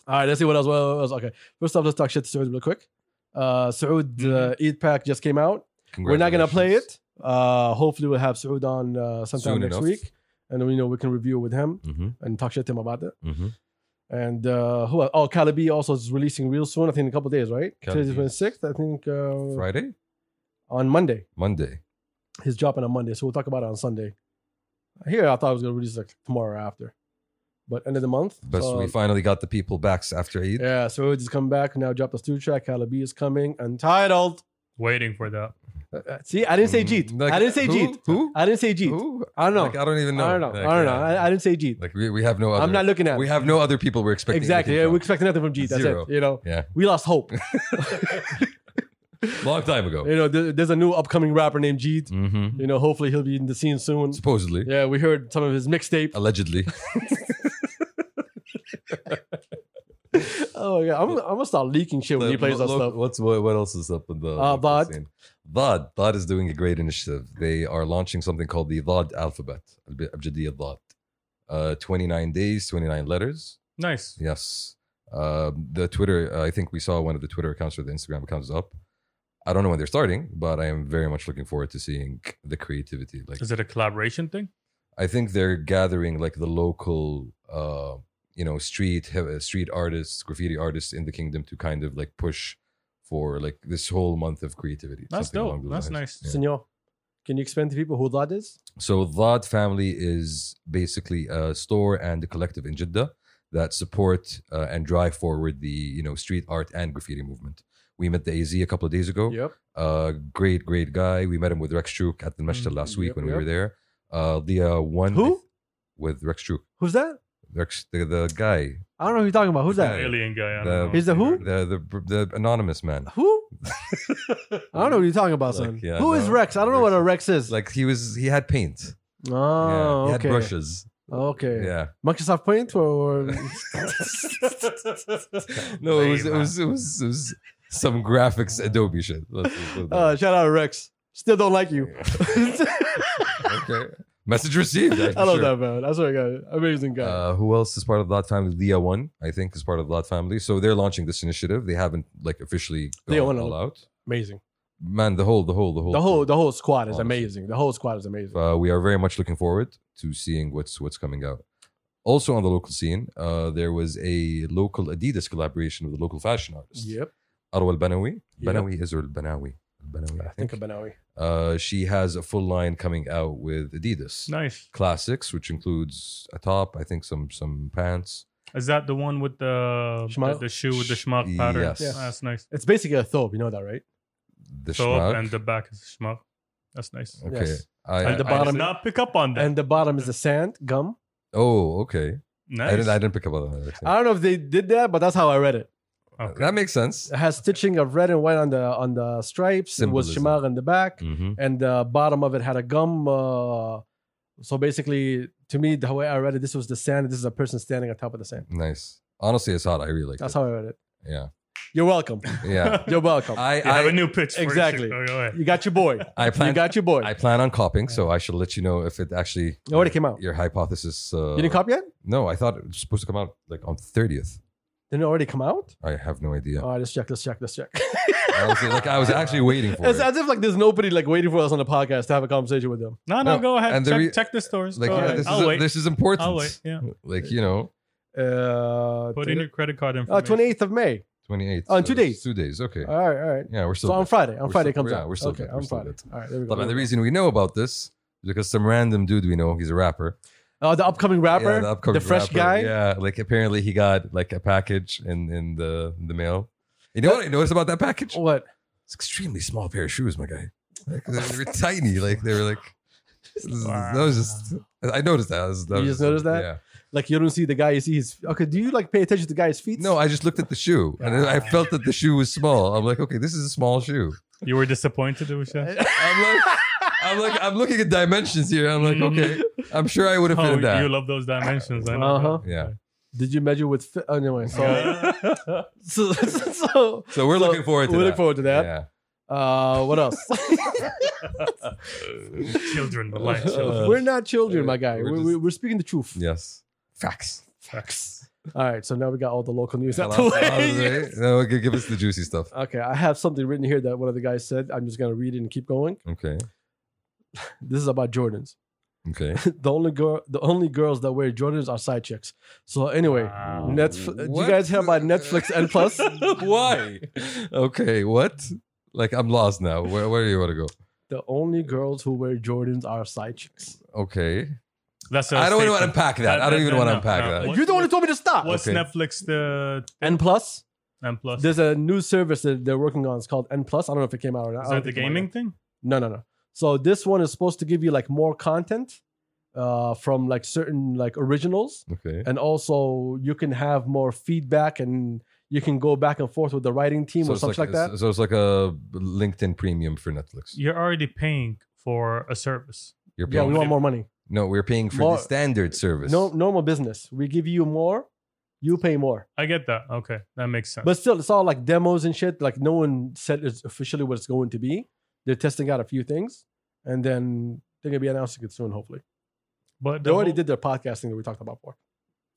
S2: All right, let's see what else. What else? Okay, first off, let's talk shit to Saud real quick. Uh, Saud uh,
S1: Mm-hmm.
S2: Eid Pack just came out. *laughs* We're not gonna play it. Uh, hopefully, we'll have Saud on uh, sometime
S1: Soon
S2: next
S1: enough.
S2: week, and then, you know we can review with him
S1: hmm
S2: and talk shit to him about it.
S1: hmm
S2: And uh, who? Oh, Calibi also is releasing real soon. I think in a couple days, right? Today's
S1: Calibi.
S2: twenty sixth. I think uh,
S1: mm-hmm. Friday,
S2: on Monday.
S1: Monday.
S2: his dropping on Monday, so we'll talk about it on Sunday. Here, I thought I was gonna release like tomorrow or after, but end of the month.
S1: But
S2: so-
S1: we finally got the people back after Eid.
S2: yeah, so we just come back now. Drop the two track. Calabi is coming. Untitled.
S3: Waiting for that.
S2: Uh, uh, See, I didn't say Jeet.
S1: Mm, like,
S2: I didn't say
S1: who?
S2: Jeet.
S1: Who?
S2: I didn't say Jeet.
S1: Who?
S2: I don't know.
S1: Like, I don't even know.
S2: I don't know.
S1: Like,
S2: I don't know.
S1: yeah.
S2: I, I didn't say Jeet.
S1: Like we, we have no other.
S2: I'm not looking at.
S1: we
S2: it.
S1: have no other people we're expecting.
S2: exactly. Yeah,
S1: anything
S2: we expect nothing from Jeet. That's
S1: Zero.
S2: it. You know,
S1: Yeah.
S2: we lost
S1: *laughs*
S2: hope.
S1: from. Long time ago.
S2: you know, there, there's a new upcoming rapper named Jeet.
S1: hmm
S2: You know, hopefully he'll be in the scene soon.
S1: Supposedly,
S2: Yeah, we heard some of his mixtape.
S1: allegedly.
S2: oh, my god, I'm, I'm gonna start leaking shit *laughs* when
S1: The-
S2: he plays that
S1: lo-
S2: stuff.
S1: What's what, what else is up in the
S2: Uh,
S1: local
S2: Vod.
S1: scene? Vod. Vod is doing a great initiative. They are launching something called the Vod alphabet, Al- Abjadiyya Vod. Uh, 29 days, 29 letters.
S3: Nice.
S1: Yes. Uh, the Twitter, I think we saw one of the Twitter accounts or the Instagram accounts up. I don't know when they're starting, but I am very much looking forward to seeing the creativity. Like
S3: Is it a collaboration thing?
S1: I think they're gathering like the local, uh, you know, street uh, street artists, graffiti artists in the kingdom to kind of like push for like this whole month of creativity.
S3: That's
S1: something
S3: dope.
S1: along those
S3: That's nice.
S1: Yeah.
S2: Senor, can you explain to people who that is?
S1: So Dhad family is basically a store and a collective in Jeddah that support uh, and drive forward the you know street art and graffiti movement. We met the AZ a couple of days ago.
S2: Yep.
S1: Uh, great, great guy. We met him with Rex Chuk at the Masjid
S2: Mm,
S1: last week
S2: yep,
S1: when
S2: yep.
S1: we were there. Uh, the uh, one
S2: Who?
S1: with Rex Chuk.
S2: Who's that?
S1: Rex, the, the guy,
S2: I don't know who you're talking about. Who's that?
S1: Yeah.
S3: Alien guy. I
S1: Uh, The-
S3: don't know.
S2: He's the who?
S1: the the, the anonymous man.
S2: Who?
S1: *laughs*
S2: I don't know what you're talking about, son.
S1: Like, yeah,
S2: who is
S1: no,
S2: Rex? I don't know what a Rex is.
S1: Like he was, he had paint.
S2: oh,
S1: yeah, he
S2: okay.
S1: had brushes.
S2: Okay.
S1: Yeah.
S2: Microsoft
S1: *laughs*
S2: Paint or, *laughs* or-
S1: No, it was, it
S3: Lame, huh?
S1: was it was it was some graphics Adobe shit. Let's- let's put
S2: uh,
S1: that.
S2: shout out Rex. Still don't like
S1: *laughs*
S2: you.
S1: okay. Message received.
S2: *laughs* I love that man. That's what I got. Amazing guy.
S1: Uh, who else is part of that family? Leah One, I think, is part of that family. So they're launching this initiative. They haven't like officially
S2: Leah
S1: gone
S2: One,
S1: all out.
S2: amazing.
S1: Man, the whole, the whole, the whole,
S2: The whole the whole squad is
S1: Honestly.
S2: amazing. The whole squad is amazing.
S1: uh, we are very much looking forward to seeing what's what's coming out. Also on the local scene, uh, there was a local Adidas collaboration with a local fashion artist,
S2: Yep.
S1: Arwa Al Banawi.
S2: Yep.
S1: Banawi is or Al Banawi. Al Banawi, I
S2: I think
S1: think.
S2: of Benowie.
S1: Uh, she has a full line coming out with Adidas
S3: nice.
S1: classics, which includes a top, I think some some pants.
S3: Is that the one with the the,
S2: Schmuck?
S3: the shoe with the
S1: Sh-
S3: schmuck pattern?
S1: yes.
S2: Yes.
S3: That's nice.
S2: It's basically a thobe, you know that, right?
S1: The
S3: So up
S1: schmuck.
S3: and the back is schmuck. That's nice.
S1: okay.
S2: Yes.
S1: I,
S3: I-
S2: And the
S1: I-
S3: I did
S2: bottom-
S3: not pick up on that.
S2: And the bottom is the sand, gum.
S1: oh, okay.
S3: nice.
S1: I didn't. I didn't pick up on that. actually.
S2: I don't know if they did that, but that's how I read it. Ah.
S3: Okay.
S1: That makes sense.
S2: It has stitching of red and white on the on the stripes. It was
S1: Symbolism.
S2: shimar in the back,
S1: Mm-hmm.
S2: and the bottom of it had a gum. Uh, so basically, to me, the way I read it, this was the sand. This is a person standing on top of the sand.
S1: Nice. Honestly, it's hot. I really like
S2: That's
S1: it.
S2: how I read it.
S1: Yeah.
S2: You're welcome.
S1: Yeah. *laughs*
S2: You're welcome.
S1: I,
S3: *laughs* You have
S1: I
S3: a new pitch. For it.
S2: Exactly.
S3: Go ahead.
S2: You got your boy.
S1: I
S2: You
S1: plan
S2: got your boy.
S1: I plan on copying, so I should let you know if it actually
S2: It already came out.
S1: your hypothesis. Uh,
S2: You didn't copy yet?
S1: No, I thought it was supposed to come out like on thirtieth.
S2: Didn't it already come out?
S1: I have no idea.
S2: All right, let's check. Let's check. Let's check.
S1: Honestly, like I was actually waiting for
S2: *laughs* It's
S1: it.
S2: as if like there's nobody like waiting for us on the podcast to have a conversation with them.
S3: No, no,
S1: No,
S3: go ahead.
S1: and the
S3: Check,
S1: re-
S3: check the stores.
S1: Like
S3: go
S1: yeah,
S3: ahead.
S1: this
S3: I'll
S1: is
S3: wait.
S1: this is important.
S3: I'll wait. Yeah.
S1: *laughs* Like you know,
S2: Uh,
S3: Put in your credit card
S2: uh,
S3: information.
S2: 28th of May.
S1: twenty eighth.
S2: Oh, in two days.
S1: uh, Two days. Okay.
S2: All right, all right.
S1: yeah, we're still.
S2: So on
S1: good.
S2: Friday, on
S1: We're still-
S2: Friday it comes
S1: yeah,
S2: out.
S1: we're still
S2: okay,
S1: good,
S2: on
S1: we're still
S2: Friday.
S1: good.
S2: All right, there we go.
S1: But man, the reason we know about this is because some random dude we know, he's a rapper.
S2: uh, the upcoming rapper,
S1: Yeah,
S2: the,
S1: upcoming
S2: fresh
S1: rapper.
S2: guy.
S1: Yeah, like apparently he got like a package in in the in the mail. You
S2: Uh,
S1: know what I noticed about that package?
S2: What?
S1: It's extremely small pair of shoes, my guy. Like, they,
S2: *laughs*
S1: they were tiny. Like they were like. That was just. I noticed that. That was- that
S2: You
S1: was
S2: just noticed that?
S1: Yeah.
S2: Like you don't see the guy, you see his. Okay, do you like pay attention to the guy's feet?
S1: No, I just looked at the shoe and I felt that the shoe was small. I'm like, okay, this is a small shoe.
S3: You were disappointed, it was
S1: *laughs*
S3: that?
S1: I'm like, I'm like, I'm looking at dimensions here. I'm like, okay,
S2: Mm-hmm.
S1: I'm sure I would have
S3: Oh,
S1: fitted that.
S3: you love those dimensions. I know. uh,
S2: Uh huh.
S1: yeah.
S2: Did you measure with? Fi- oh, anyway, so
S1: *laughs*
S3: Yeah.
S2: *laughs* so, so
S1: So we're
S2: So,
S1: looking forward to
S2: we
S1: that.
S2: look forward to that.
S1: Yeah.
S2: Uh,
S1: *laughs*
S2: what else?
S3: children, the light
S1: Uh,
S3: children.
S2: we're not children,
S1: uh,
S2: my guy.
S1: we're
S2: We're, we're,
S1: just-
S2: we're speaking the truth.
S1: Yes. Facts.
S3: Facts.
S2: All right, so now we got all the local news out
S1: Hello,
S2: the way. *laughs*
S1: hello, right? No, okay, give us the juicy stuff.
S2: Okay, I have something written here that one of the guys said. I'm just gonna read it and keep going.
S1: Okay.
S2: This is about Jordans.
S1: Okay.
S2: the only girl, the only girls that wear Jordans are side chicks. So anyway,
S3: Wow.
S2: Netflix. Do
S1: What?
S2: you guys hear about Netflix and Plus? *laughs*
S3: *laughs*
S1: Why? Okay. What? Like I'm lost now. Where Where do you want to go?
S2: the only girls who wear Jordans are side chicks.
S1: Okay.
S3: That's a
S1: I don't even want to
S3: statement.
S1: unpack that. I don't
S3: No,
S1: even
S3: no,
S1: want to
S3: no,
S1: unpack
S3: no.
S1: that.
S3: What-
S2: You're the one who
S3: what-
S2: told me to stop.
S3: What's
S1: Okay.
S3: Netflix the
S2: N Plus.
S3: and plus?
S2: There's a new service that they're working on. It's called N Plus. I don't know if it came out or not.
S3: Is
S2: I don't
S3: that the
S2: think it might
S3: gaming thing?
S2: No, no, no. So this one is supposed to give you like more content uh, from like certain like originals,
S1: Okay.
S2: and also you can have more feedback and you can go back and forth with the writing team or
S1: it's
S2: something like,
S3: uh,
S2: that.
S1: So it's like a LinkedIn premium for Netflix.
S3: You're already paying for a service.
S1: You're
S2: Yeah,
S1: paying.
S2: we want more money.
S1: no, we're paying for
S2: More-
S1: the standard service.
S2: No, normal business. We give you more. You pay more,
S3: I get that. Okay, that makes sense.
S2: but still, it's all like demos and shit. Like no one said it's officially what it's going to be. They're testing out a few things, and then they're gonna be announcing it soon. Hopefully,
S3: but
S2: they
S3: the
S2: already
S3: whole-
S2: did their podcasting that we talked about before.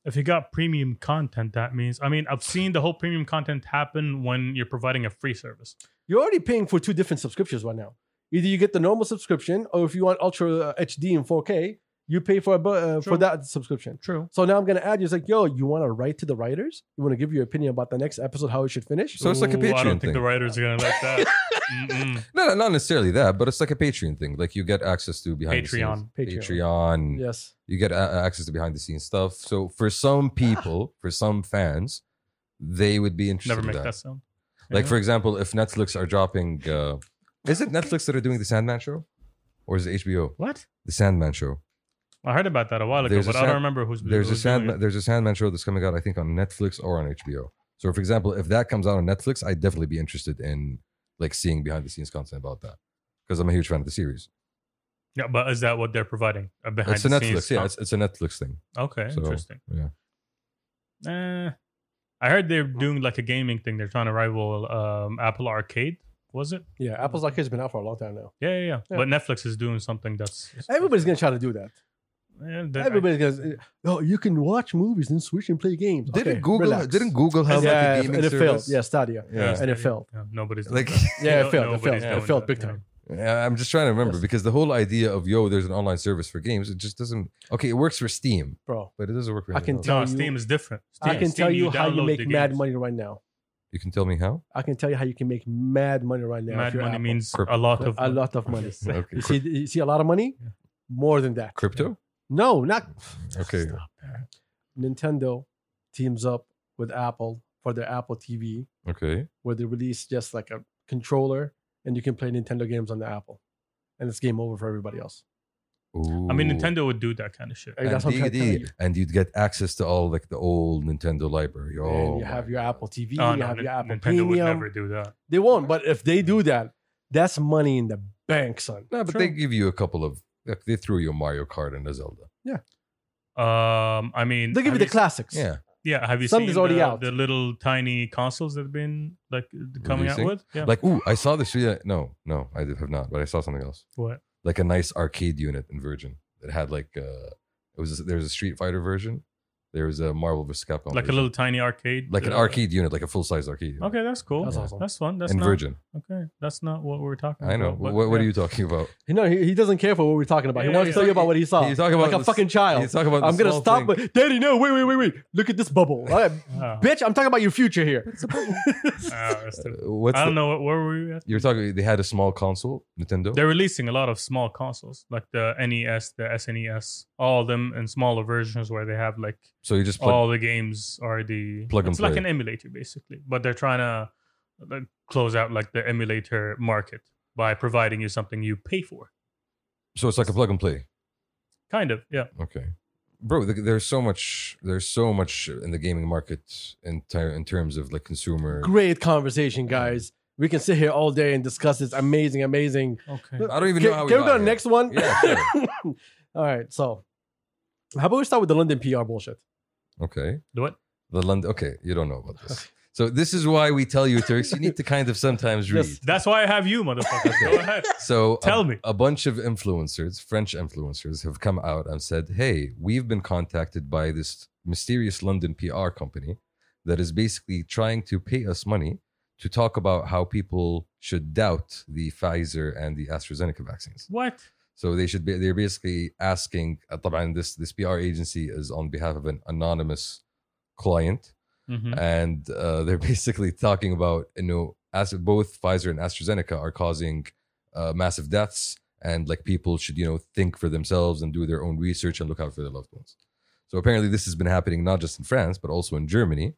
S3: If you got premium content, that means I mean I've seen the whole premium content happen when you're providing a free service.
S2: You're already paying for two different subscriptions right now. Either you get the normal subscription, or if you want Ultra uh, HD and 4K, you pay for a, bu- uh, for
S3: True.
S2: that subscription.
S3: True.
S2: So now I'm gonna add you. It's like, yo, you want to write to the writers? You want to give your opinion about the next episode, how it should finish?
S1: So it's like a
S3: I
S1: Patreon
S3: don't think the
S1: thing.
S3: writers are gonna like
S1: *laughs*
S3: that. Mm-mm.
S1: No, no, not necessarily that, but it's like a Patreon thing. Like you get access to behind
S3: Patreon.
S1: the scenes.
S2: Patreon.
S1: Patreon.
S2: yes,
S1: You get a- a- access to behind the scenes stuff. So for some people, for some fans, they would be interested
S3: Never make
S1: in that.
S3: that sound.
S1: Like
S3: Yeah.
S1: for example, if Netflix are dropping, uh, is it Netflix that are doing the Sandman show, or is it HBO?
S3: what?
S1: The Sandman show.
S3: I heard about that a while ago,
S1: There's a
S3: but I I
S1: Sand-
S3: don't remember who's.
S1: There's a
S3: who's doing
S1: Sandman.
S3: it.
S1: There's a Sandman show that's coming out, I think, on Netflix or on HBO. So for example, if that comes out on Netflix, I'd definitely be interested in like seeing behind the scenes content about that because I'm a huge fan of the series.
S3: Yeah, but is that what they're providing? A behind
S1: It's a
S3: the
S1: Netflix,
S3: scenes
S1: yeah.
S3: con-
S1: It's, it's a Netflix thing.
S3: okay,
S1: so,
S3: interesting.
S1: yeah.
S3: Eh, I heard they're doing like a gaming thing. They're trying to rival um, Apple Arcade. Was it?
S2: yeah. Apple's like has been out for a long time now.
S3: Yeah, yeah, yeah.
S2: Yeah.
S3: But Netflix is doing something that's
S2: Everybody's gonna try to do that.
S3: Yeah, that-
S2: Everybody's gonna. Oh, you can watch movies and switch and play games. Okay,
S1: Didn't Google?
S2: relax.
S1: Didn't Google have
S2: yeah,
S1: like a gaming
S2: and it failed.
S1: service?
S2: Yeah, Stadia.
S1: Yeah.
S2: And it
S1: *laughs*
S2: failed.
S3: Yeah, nobody's doing
S1: Like,
S3: that.
S1: *laughs*
S2: Yeah,
S3: No-
S2: it failed. It
S3: nobody's
S2: failed. It
S3: doing
S2: failed
S3: that,
S2: big
S3: yeah.
S2: time.
S1: Yeah, I'm just trying to remember
S2: Yes.
S1: because the whole idea of yo, there's an online service for games, it just doesn't. Okay, it works for Steam,
S2: bro.
S1: but it doesn't work for.
S2: I
S1: anything
S2: can
S1: else.
S2: tell-
S3: No,
S2: you-
S3: Steam is different.
S2: I
S3: Steam-
S2: can
S3: Steam,
S2: tell you, how you
S3: download
S2: make
S3: the
S2: mad
S3: games.
S2: money right now.
S1: You can tell me how.
S2: I can tell you how you can make mad money right now. if
S3: Mad
S2: you're
S3: money
S2: Apple.
S3: means
S1: Crypto.
S3: a lot of
S2: a lot of money.
S1: Okay.
S2: You see, you see a lot of money,
S3: Yeah.
S2: more than that.
S1: Crypto.
S2: No, not
S1: Mm, Okay.
S2: Nintendo teams up with Apple for their Apple TV,
S1: Okay.
S2: where they release just like a controller and you can play Nintendo games on the Apple. And it's game over for everybody else.
S3: I mean, Nintendo would do that kind of shit.
S2: Hey,
S1: And,
S2: that's what I'm trying to tell
S1: DVD,
S2: you.
S1: and you'd get access to all like the old Nintendo library. Oh,
S2: and you have
S1: my
S2: your
S1: God.
S2: Apple TV,
S3: Oh,
S2: you
S3: no,
S2: have
S3: Nin-
S2: your Apple
S3: Nintendo
S2: Premium.
S3: would never Mm. do that.
S2: They won't, but if they do that, that's money in the bank, son.
S1: No, but
S3: True.
S1: they give you a couple of. Like, they threw you a Mario Kart and a Zelda.
S3: Um, I mean,
S2: They give you
S3: have
S2: the
S3: s-
S2: classics.
S1: Yeah,
S3: Yeah, have you
S2: Something's
S3: seen
S2: already
S3: the,
S2: out.
S3: the little tiny consoles that have been like coming
S1: Releasing?
S3: out with? Yeah,
S1: like ooh, I saw this. Yeah, no, no, I have not, but I saw something else.
S3: what?
S1: like a nice arcade unit in Virgin that had like uh it was there was a Street Fighter version, there was a Marvel vs. Capcom,
S3: Like a
S1: version.
S3: little tiny arcade.
S1: Oh, like an
S3: uh,
S1: arcade unit, like a full size arcade. unit.
S3: Okay, that's cool.
S2: That's
S3: That's,
S2: awesome.
S3: fun. That's
S1: in
S3: not,
S1: Virgin,
S3: Okay, that's not what we're talking about.
S1: I know.
S3: but
S1: what what are
S3: yeah.
S1: you talking about?
S2: You know, he, he doesn't care for what we're talking about. he
S3: Yeah,
S2: wants
S3: yeah.
S2: to tell you about what he saw.
S1: You talk about
S2: like a
S1: this-
S2: fucking
S1: You
S2: child.
S1: talk about.
S2: I'm
S1: the
S2: gonna
S1: small
S2: stop,
S1: thing.
S2: but Daddy, no, wait, wait, wait, wait. Look at this bubble. All
S1: *laughs*
S2: right,
S3: *laughs* Ah,
S2: Bitch, I'm talking about your future here.
S3: *laughs* ah,
S1: *laughs*
S3: that's the-
S1: Uh, what's
S3: I
S1: the,
S3: don't know. What, where were you at?
S1: You're talking. They had a small console, Nintendo.
S3: They're releasing a lot of small consoles, like the NES, the SNES, all of them in smaller versions where they have like
S1: so you just plug.
S2: Oh.
S3: all the games are the
S1: Plug and
S3: it's like
S1: play.
S3: an emulator basically, but they're trying to like, close out like the emulator market by providing you something you pay for.
S1: so it's like a plug and play.
S3: Kind of, yeah.
S1: Okay, bro. th- There's so much. There's so much in the gaming market in ter- in terms of like consumer.
S2: Great conversation, guys. We can sit here all day and discuss this amazing, amazing.
S3: Okay.
S1: I don't even
S2: Can,
S1: know how we
S2: can we
S1: got
S2: go to the
S1: here.
S2: next one?
S1: Yeah,
S2: *laughs* all right. So, how about we start with the London PR bullshit?
S1: Okay.
S3: What?
S1: The London. Okay, you don't know about
S2: *laughs*
S1: this. So this is why we tell you, Turks. You need to kind of sometimes read.
S2: Yes.
S3: That's why I have
S1: *laughs*
S3: you, motherfucker.
S1: Okay.
S3: Go ahead.
S1: So a-
S3: Tell me.
S1: a bunch of influencers, French influencers, have come out and said, "Hey, we've been contacted by this mysterious London PR company that is basically trying to pay us money to talk about how people should doubt the Pfizer and the AstraZeneca vaccines."
S3: What?
S1: So they should be. They're basically asking. uh, طبعاً This this PR agency is on behalf of an anonymous client.
S3: Mhm.
S1: and uh, they're *laughs* basically talking about you know as both Pfizer and AstraZeneca are causing uh, massive deaths, and like people should you know think for themselves and do their own research and look out for their loved ones. So apparently, this has been happening not just in France but also in Germany,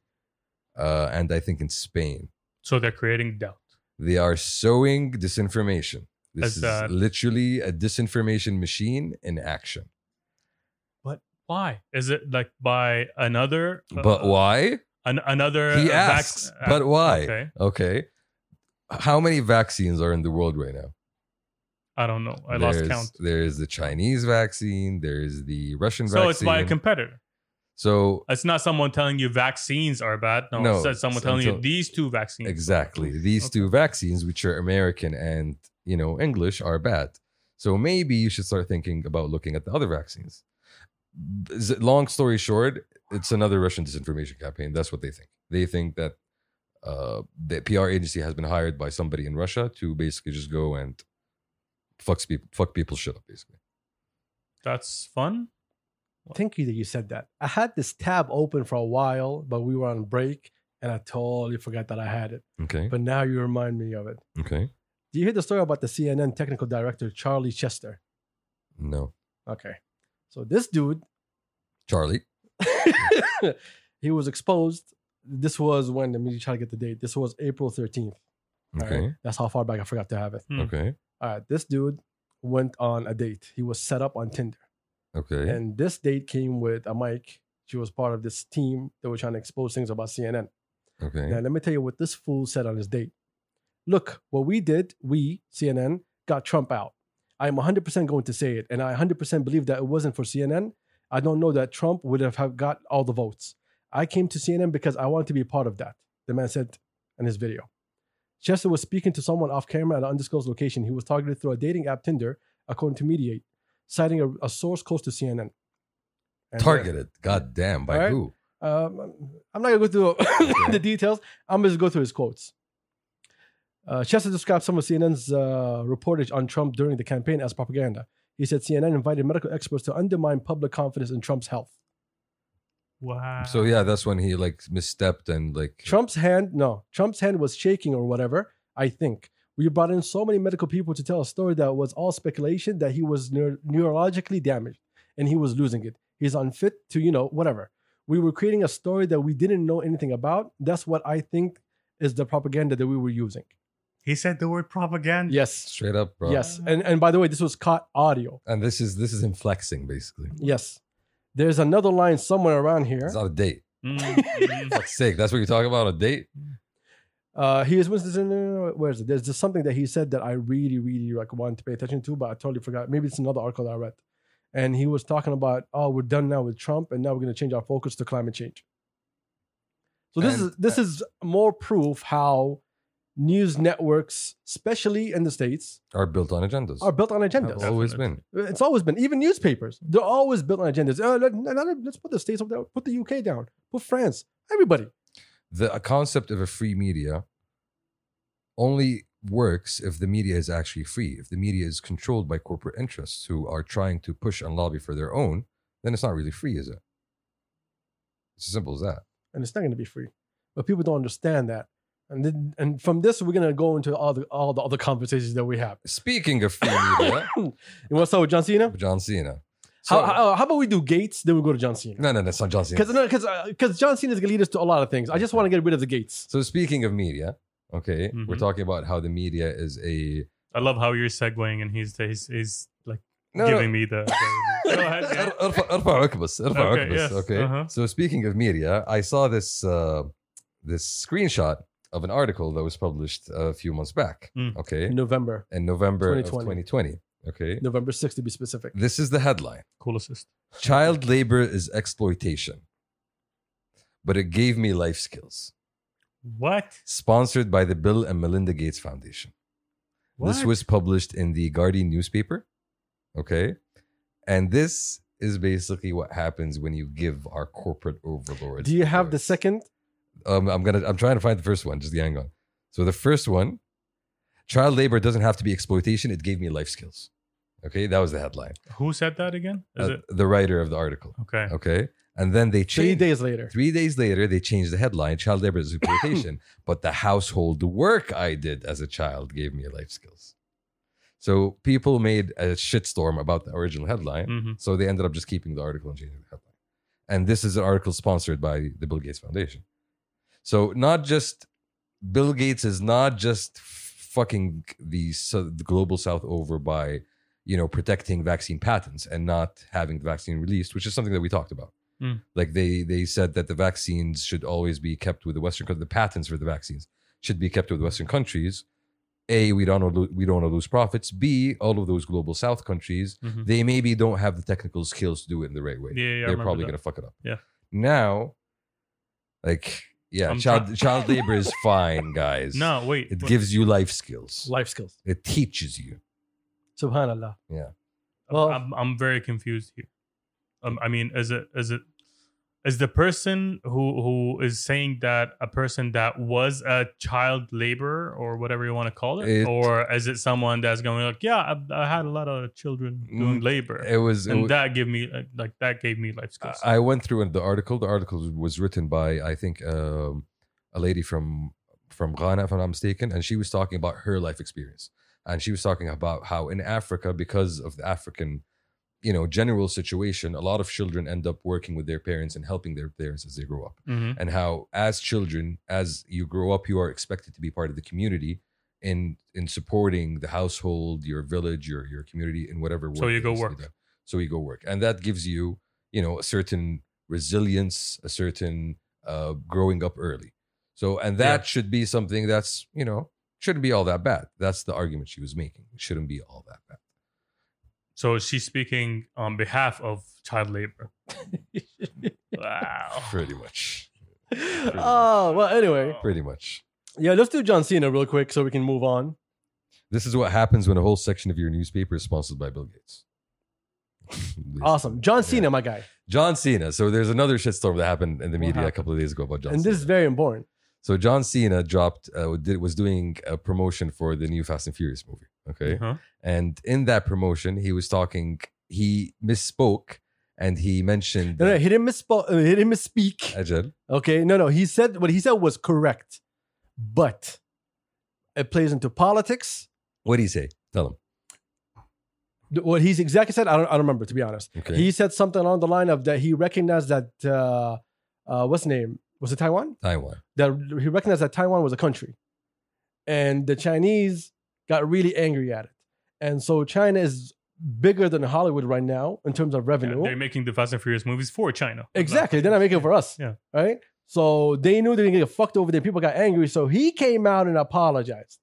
S1: uh, and I think in Spain.
S3: So they're creating doubt.
S1: They are sowing disinformation. This
S3: As,
S1: is
S3: uh,
S1: literally a disinformation machine in action.
S3: Why? Is it like by another? uh,
S1: But why?
S3: An, another.
S1: He
S3: uh, vac-
S1: asks, but why?
S3: Okay.
S1: Okay. How many vaccines are in the world right now?
S3: I don't know. I
S1: there's,
S3: lost count.
S1: There's the Chinese vaccine. There's the Russian
S3: So
S1: vaccine.
S3: it's by a competitor.
S1: So
S3: It's not someone telling you vaccines are bad. No,
S1: No,
S3: it's just someone
S1: it's
S3: telling you
S1: until-
S3: these two vaccines.
S1: Exactly. These
S3: Okay.
S1: two vaccines, which are American and you know English, are bad. So maybe you should start thinking about looking at the other vaccines. Z- Long story short, it's another Russian disinformation campaign. That's what they think. They think that uh, the PR agency has been hired by somebody in Russia to basically just go and fucks people, fuck people shit up, basically.
S3: That's fun.
S2: Thank you that you said that. I had this tab open for a while, but we were on break and I totally forgot that I had it.
S1: Okay.
S2: But now you remind me of it.
S1: okay.
S2: Do you hear the story about the CNN technical director, Charlie Chester?
S1: No,
S2: Okay. So this dude, *laughs*
S1: Charlie.
S2: he was exposed. This was when, let me try to get the date. This was April 13th. All right?
S1: Okay.
S2: That's how far back I forgot to have it.
S3: Hmm.
S1: Okay.
S2: All right. uh, This dude went on a date. He was set up on Tinder.
S1: Okay.
S2: And this date came with a mic. She was part of this team that were trying to expose things about CNN.
S1: okay.
S2: Now, let me tell you what this fool said on his date. Look, what we did, we, CNN, got Trump out. I'm 100% going to say it, and I 100% believe that it wasn't for CNN. I don't know that Trump would have have got all the votes. I came to CNN because I wanted to be a part of that, the man said in his video. Chester was speaking to someone off camera at an undisclosed location. He was targeted through a dating app, Tinder, according to Mediate, citing a, a source close to CNN. And, uh,
S1: Targeted. God damn. By
S2: Alright.
S1: who?
S2: um, I'm not gonna go through
S1: Okay.
S2: *coughs* the details. I'm just go through his quotes. Uh, Chester described some of CNN's uh, reportage on Trump during the campaign as propaganda. He said CNN invited medical experts to undermine public confidence in Trump's health.
S3: Wow.
S1: So yeah, that's when he like misstepped and like
S2: Trump's hand, no, Trump's hand was shaking or whatever. I think we brought in so many medical people to tell a story that was all speculation that he was neur- neurologically damaged and he was losing it. He's unfit to, you know, whatever. We were creating a story that we didn't know anything about. That's what I think is the propaganda that we were using.
S3: he said the word propaganda.
S2: Yes,
S1: straight up, bro.
S2: yes, and and by the way, this was caught audio.
S1: And this is this is him flexing basically.
S2: Yes, there's another line somewhere around here.
S1: It's not a
S2: *laughs*
S1: date.
S3: Mm, mm.
S1: Fuck's sake, that's what you're talking about? A date?
S2: Uh, he is what's this- where is it? There's just something that he said that I really, really like wanted to pay attention to, but I totally forgot. Maybe it's another article that I read, and he was talking about, oh, we're done now with Trump, and now we're going to change our focus to climate change. So this
S1: And-
S2: is this is more proof how news networks, especially in the states,
S1: Are built on agendas.
S2: are built on
S1: Have
S2: agendas.
S1: always been.
S2: It's always been, even newspapers, they're always built on agendas. Uh, let, us put the states up there, put the UK down, put France, everybody.
S1: The concept of a free media only works if the media is actually free. If the media is controlled by corporate interests who are trying to push and lobby for their own, then it's not really free, is it? It's as simple as that.
S2: and it's not going to be free. But people don't understand that. And then, and from this, we're going to go into all the all the other conversations that we have.
S1: Speaking of free media,
S2: you want to start with John Cena?
S1: John Cena.
S2: how,
S1: So-
S2: how, how about we do Gates, then we go to John Cena?
S1: no, no, no, it's not John Cena.
S2: Because because because uh, John Cena is going to lead us to a lot of things. I just want to get rid of the Gates.
S1: So speaking of media, okay, we're
S3: Mhm.
S1: talking about how the media is a
S3: I love how you're segueing and he's he's, he's like
S1: no, no,
S3: giving me
S1: *laughs*
S3: the. the- Go ahead, yeah.
S1: ار- ارفع ارفع عكبس ارفع
S3: Okay,
S1: عكبس
S3: yes,
S1: okay
S3: uh-huh.
S1: so speaking of media i saw this uh, this screenshot of an article that was published a few months back
S3: Mm.
S1: okay
S2: In November,
S1: in november
S2: 2020.
S1: of 2020 okay
S2: November 6th to be specific.
S1: this is the headline
S3: Cool assist.
S1: child labor is exploitation but it gave me life skills
S3: What?
S1: sponsored by the bill and melinda gates foundation this
S3: What?
S1: was published in the Guardian newspaper. Okay. And this is basically what happens when you give our corporate overlords.
S2: Do you have the
S1: powers.
S2: second?
S1: Um, I'm gonna. I'm trying to find the first one. Just hang on. So the first one, child labor doesn't have to be exploitation. It gave me life skills. Okay, that was the headline.
S3: Who said that again? Is
S1: Uh,
S3: it
S1: The writer of the article.
S3: okay?
S1: Okay, and then they
S2: Three
S1: changed.
S2: days later.
S1: Three days later, they changed the headline Child Labor is Exploitation, but the household work I did as a child gave me life skills. So people made a shitstorm about the original headline.
S3: hmm
S1: So they ended up just keeping the article and changing the headline. And this is an article sponsored by the Bill Gates Foundation. So not just Bill Gates is not just fucking the, so- the global south over by you know protecting vaccine patents and not having the vaccine released, which is something that we talked about.
S3: Mm.
S1: Like they they said that the vaccines should always be kept with the Western countries. The patents for the vaccines should be kept with Western countries. A, we don't wanna lo- we don't want to lose profits. B, all of those global South countries
S3: hmm
S1: they maybe don't have the technical skills to do it in the right way.
S3: Yeah, yeah, I
S1: They're
S3: remember
S1: probably
S3: that.
S1: gonna fuck it up.
S3: Yeah.
S1: Now, like, yeah,
S3: I'm
S1: child
S3: try- *laughs*
S1: child labor is fine, guys.
S3: No, wait.
S1: it
S3: Wait.
S1: gives you life skills.
S2: life skills.
S1: It teaches you.
S2: Subhanallah. well- *laughs*
S3: I'm, I'm very confused here. Um, I mean, is it is it is the person who who is saying that a person that was a child laborer or whatever you want to call it,
S1: It-
S3: or is it someone that's going like, yeah, I, I had a lot of children doing
S1: Mm,
S3: labor,
S1: It was. it
S3: and
S1: wa-
S3: that gave me uh, like that gave me life skills.
S1: I I went through the article. The article was written by I think um, a lady from from Ghana, if I'm not mistaken, and she was talking about her life experience, and she was talking about how in Africa, because of the African, you know, general situation, a lot of children end up working with their parents and helping their parents as they grow up,
S3: Mhm.
S1: and how as children, as you grow up, you are expected to be part of the community. In, in supporting the household, your village, your your community, in whatever work.
S3: So you
S1: that
S3: go
S1: needs to be
S3: work.
S1: done so we go work and that gives you you know a certain resilience a certain uh growing up early so and that should be something that's you know shouldn't be all that bad that's the argument she was making it shouldn't be all that bad
S3: So she's speaking on behalf of child
S1: *laughs*
S3: labor. wow.
S1: pretty much
S2: oh well. Anyway,
S1: pretty much
S2: yeah. Let's do John Cena real quick so we can move on.
S1: this is what happens when a whole section of your newspaper is sponsored by bill gates *laughs*
S2: Awesome, John Cena, my guy,
S1: john cena so there's another shitstorm that happened in the
S3: What
S1: media a
S3: happened?
S1: couple of days ago about john
S2: and
S1: cena.
S2: this is very important.
S1: so john cena dropped uh, did, was doing a promotion for the new fast and furious movie okay
S3: Uh-huh.
S1: And in that promotion, he was talking, he misspoke and he mentioned
S2: No, no, he didn't misspo- uh, He didn't misspeak.
S1: Ajal.
S2: Okay, no, no. He said what he said was correct, but it plays into politics.
S1: What do you say? Tell him.
S2: Th- What he's exactly said, I don't, I don't remember to be honest.
S1: Okay.
S2: He said something along the line of that he recognized that uh, uh, what's the name was it Taiwan
S1: Taiwan.
S2: that he recognized that Taiwan was a country, and the Chinese got really angry at it, and so China is bigger than Hollywood right now in terms of
S3: Yeah,
S2: revenue.
S3: they're making the Fast and Furious movies for China.
S2: Exactly. They're not making it for us.
S3: Yeah.
S2: Right? So they knew they didn't get fucked over there. People got angry. So he came out and apologized.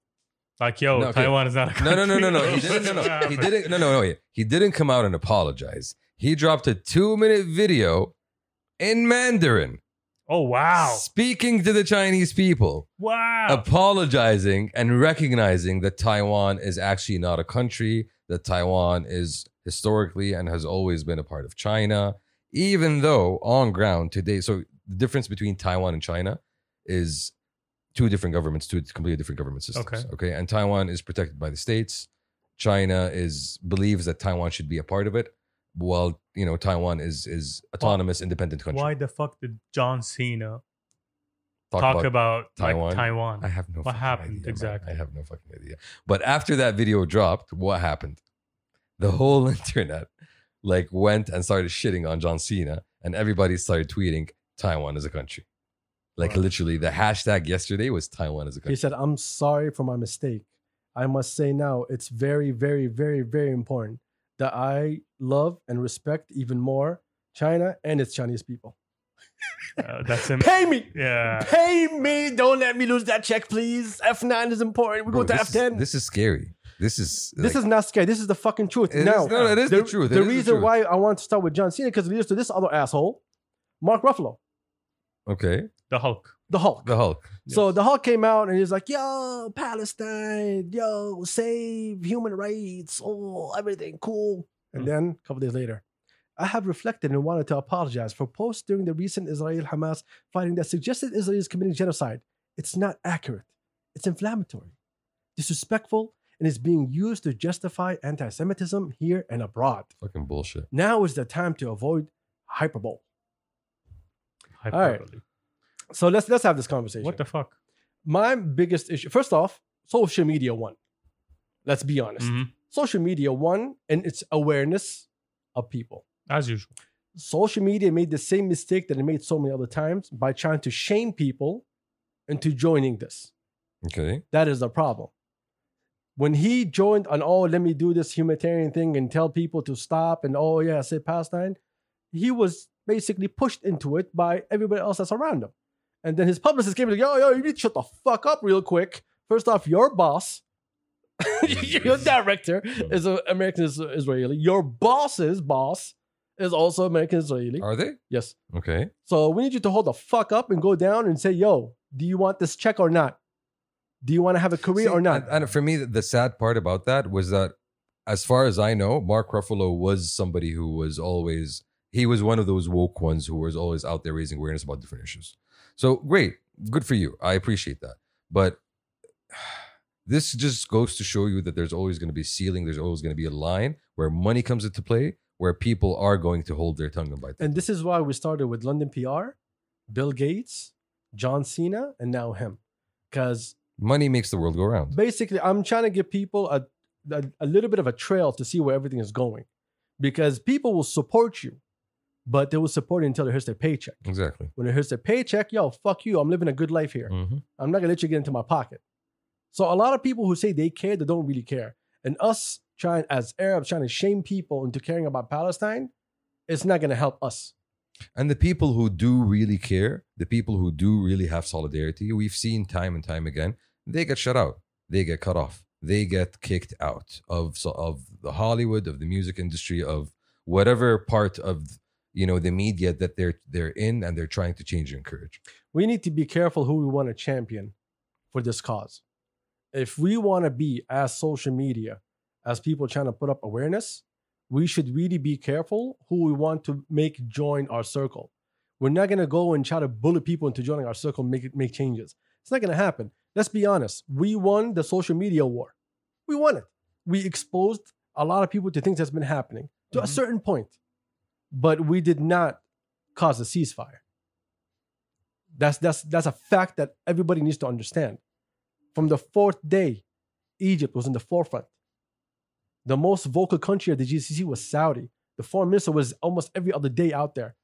S3: Like, yo,
S1: No, okay.
S3: Taiwan is not a
S1: No,
S3: country.
S1: no, no, no, no. He didn't, no, no.
S3: *laughs*
S2: *laughs*
S1: He didn't, no, no, no. wait. He didn't come out and apologize. He dropped a two minute video in Mandarin
S3: Oh, wow.
S1: speaking to the Chinese people,
S3: Wow.
S1: apologizing and recognizing that Taiwan is actually not a country, that Taiwan is historically and has always been a part of China. even though on ground today, so the difference between Taiwan and China is two different governments, two completely different government systems.
S3: Okay.
S1: Okay. And Taiwan is protected by the states. China is believes that Taiwan should be a part of it, while you know Taiwan is is autonomous, independent country.
S3: Why the fuck did John Cena
S1: Talk
S3: talk
S1: about-
S3: about,
S1: Taiwan.
S3: Like, Taiwan?
S1: I have no.
S3: What
S1: fucking
S3: happened
S1: idea, man.
S3: exactly?
S1: I have no fucking idea. But after that video dropped, what happened? The whole *laughs* internet like went and started shitting on John Cena, and everybody started tweeting Taiwan as a country. Like
S3: Wow.
S1: literally, the hashtag yesterday was Taiwan as a
S2: He
S1: country.
S2: said, I'm sorry for my mistake. I must say now, it's very, very, very, very important that I love and respect even more China and its Chinese people.
S3: Uh,
S1: *laughs*
S3: that's
S1: Mm.
S3: him.
S2: Pay me!
S3: yeah.
S2: Pay me! Don't let me lose that check, please. F9 is important. We
S1: Bro,
S2: go to
S1: this is-
S2: F10.
S1: this is scary. This is
S2: This
S1: like,
S2: is not scary. This is the fucking truth.
S1: It is-
S2: now,
S1: no, no, it is the truth. It is the
S2: reason
S1: truth.
S2: why I want to start with John Cena because it leads to this other asshole, Mark Ruffalo,
S1: okay.
S3: The Hulk.
S2: the Hulk.
S1: The Hulk.
S2: So
S3: Yes.
S2: the Hulk came out and he's like, "Yo, Palestine, yo, save human rights, oh, everything cool." And
S3: Hmm.
S2: then a couple days later, I have reflected and wanted to apologize for posts during the recent Israel-Hamas fighting that suggested Israel is committing genocide. It's not accurate. It's inflammatory, disrespectful, and is being used to justify anti-Semitism here and abroad.
S1: Fucking bullshit.
S2: Now is the time to avoid hyperbole.
S3: Hyperbole.
S2: So let's let's have this conversation.
S3: What the fuck?
S2: my biggest issue first off social media won let's be honest
S3: Mhm.
S2: social media won and its awareness of people
S3: As usual.
S2: social media made the same mistake that it made so many other times by trying to shame people into joining this
S1: Okay.
S2: that is the problem when he joined on oh let me do this humanitarian thing and tell people to stop and oh yeah say palestine he was basically pushed into it by everybody else that's around him and then his publicist came and like yo yo you need to shut the fuck up real quick first off your boss *laughs* your director is an american Is- israeli your boss's boss is also American Israeli.
S1: Are they?
S2: Yes.
S1: Okay.
S2: So we need you to hold the fuck up and go down and say, yo, do you want this check or not? Do you want to have a career
S1: See,
S2: or not?
S1: And, and for me, the- the sad part about that was that, as far as I know, Mark Ruffalo was somebody who was always he was one of those woke ones who was always out there raising awareness about different issues. So great, good for you. I appreciate that, but *sighs* this just goes to show you that there's always going to be ceiling. There's always going to be a line where money comes into play, where people are going to hold their tongue and bite. their
S2: and this is why we started with London PR, Bill Gates, John Cena, and now him. Because
S1: tongue. money makes the world go round.
S2: basically i'm trying to give people a, a, a little bit of a trail to see where everything is going because people will support you but they will support you until it hurts their paycheck
S1: Exactly.
S2: when it hurts their paycheck yo fuck you i'm living a good life here
S1: Mhm.
S2: i'm not gonna let you get into my pocket so a lot of people who say they care they don't really care and us trying as arabs trying to shame people into caring about palestine it's not gonna help us
S1: And the people who do really care, the people who do really have solidarity, we've seen time and time again, they get shut out, they get cut off, they get kicked out of so- of the Hollywood, of the music industry, of whatever part of you know the media that they're they're in and they're trying to change and encourage.
S2: we need to be careful who we want to champion for this cause. If we want to be as social media, as people trying to put up awareness, we should really be careful who we want to make join our circle. We're not going to go and try to bully people into joining our circle, and make it, make changes. It's not going to happen. Let's be honest. We won the social media war. We won it. We exposed a lot of people to things that's been happening to a
S3: Mhm.
S2: certain point, but we did not cause a ceasefire. That's that's that's a fact that everybody needs to understand. From the fourth day, Egypt was in the forefront. The most vocal country of the GCC was Saudi. The foreign minister was almost every other day out there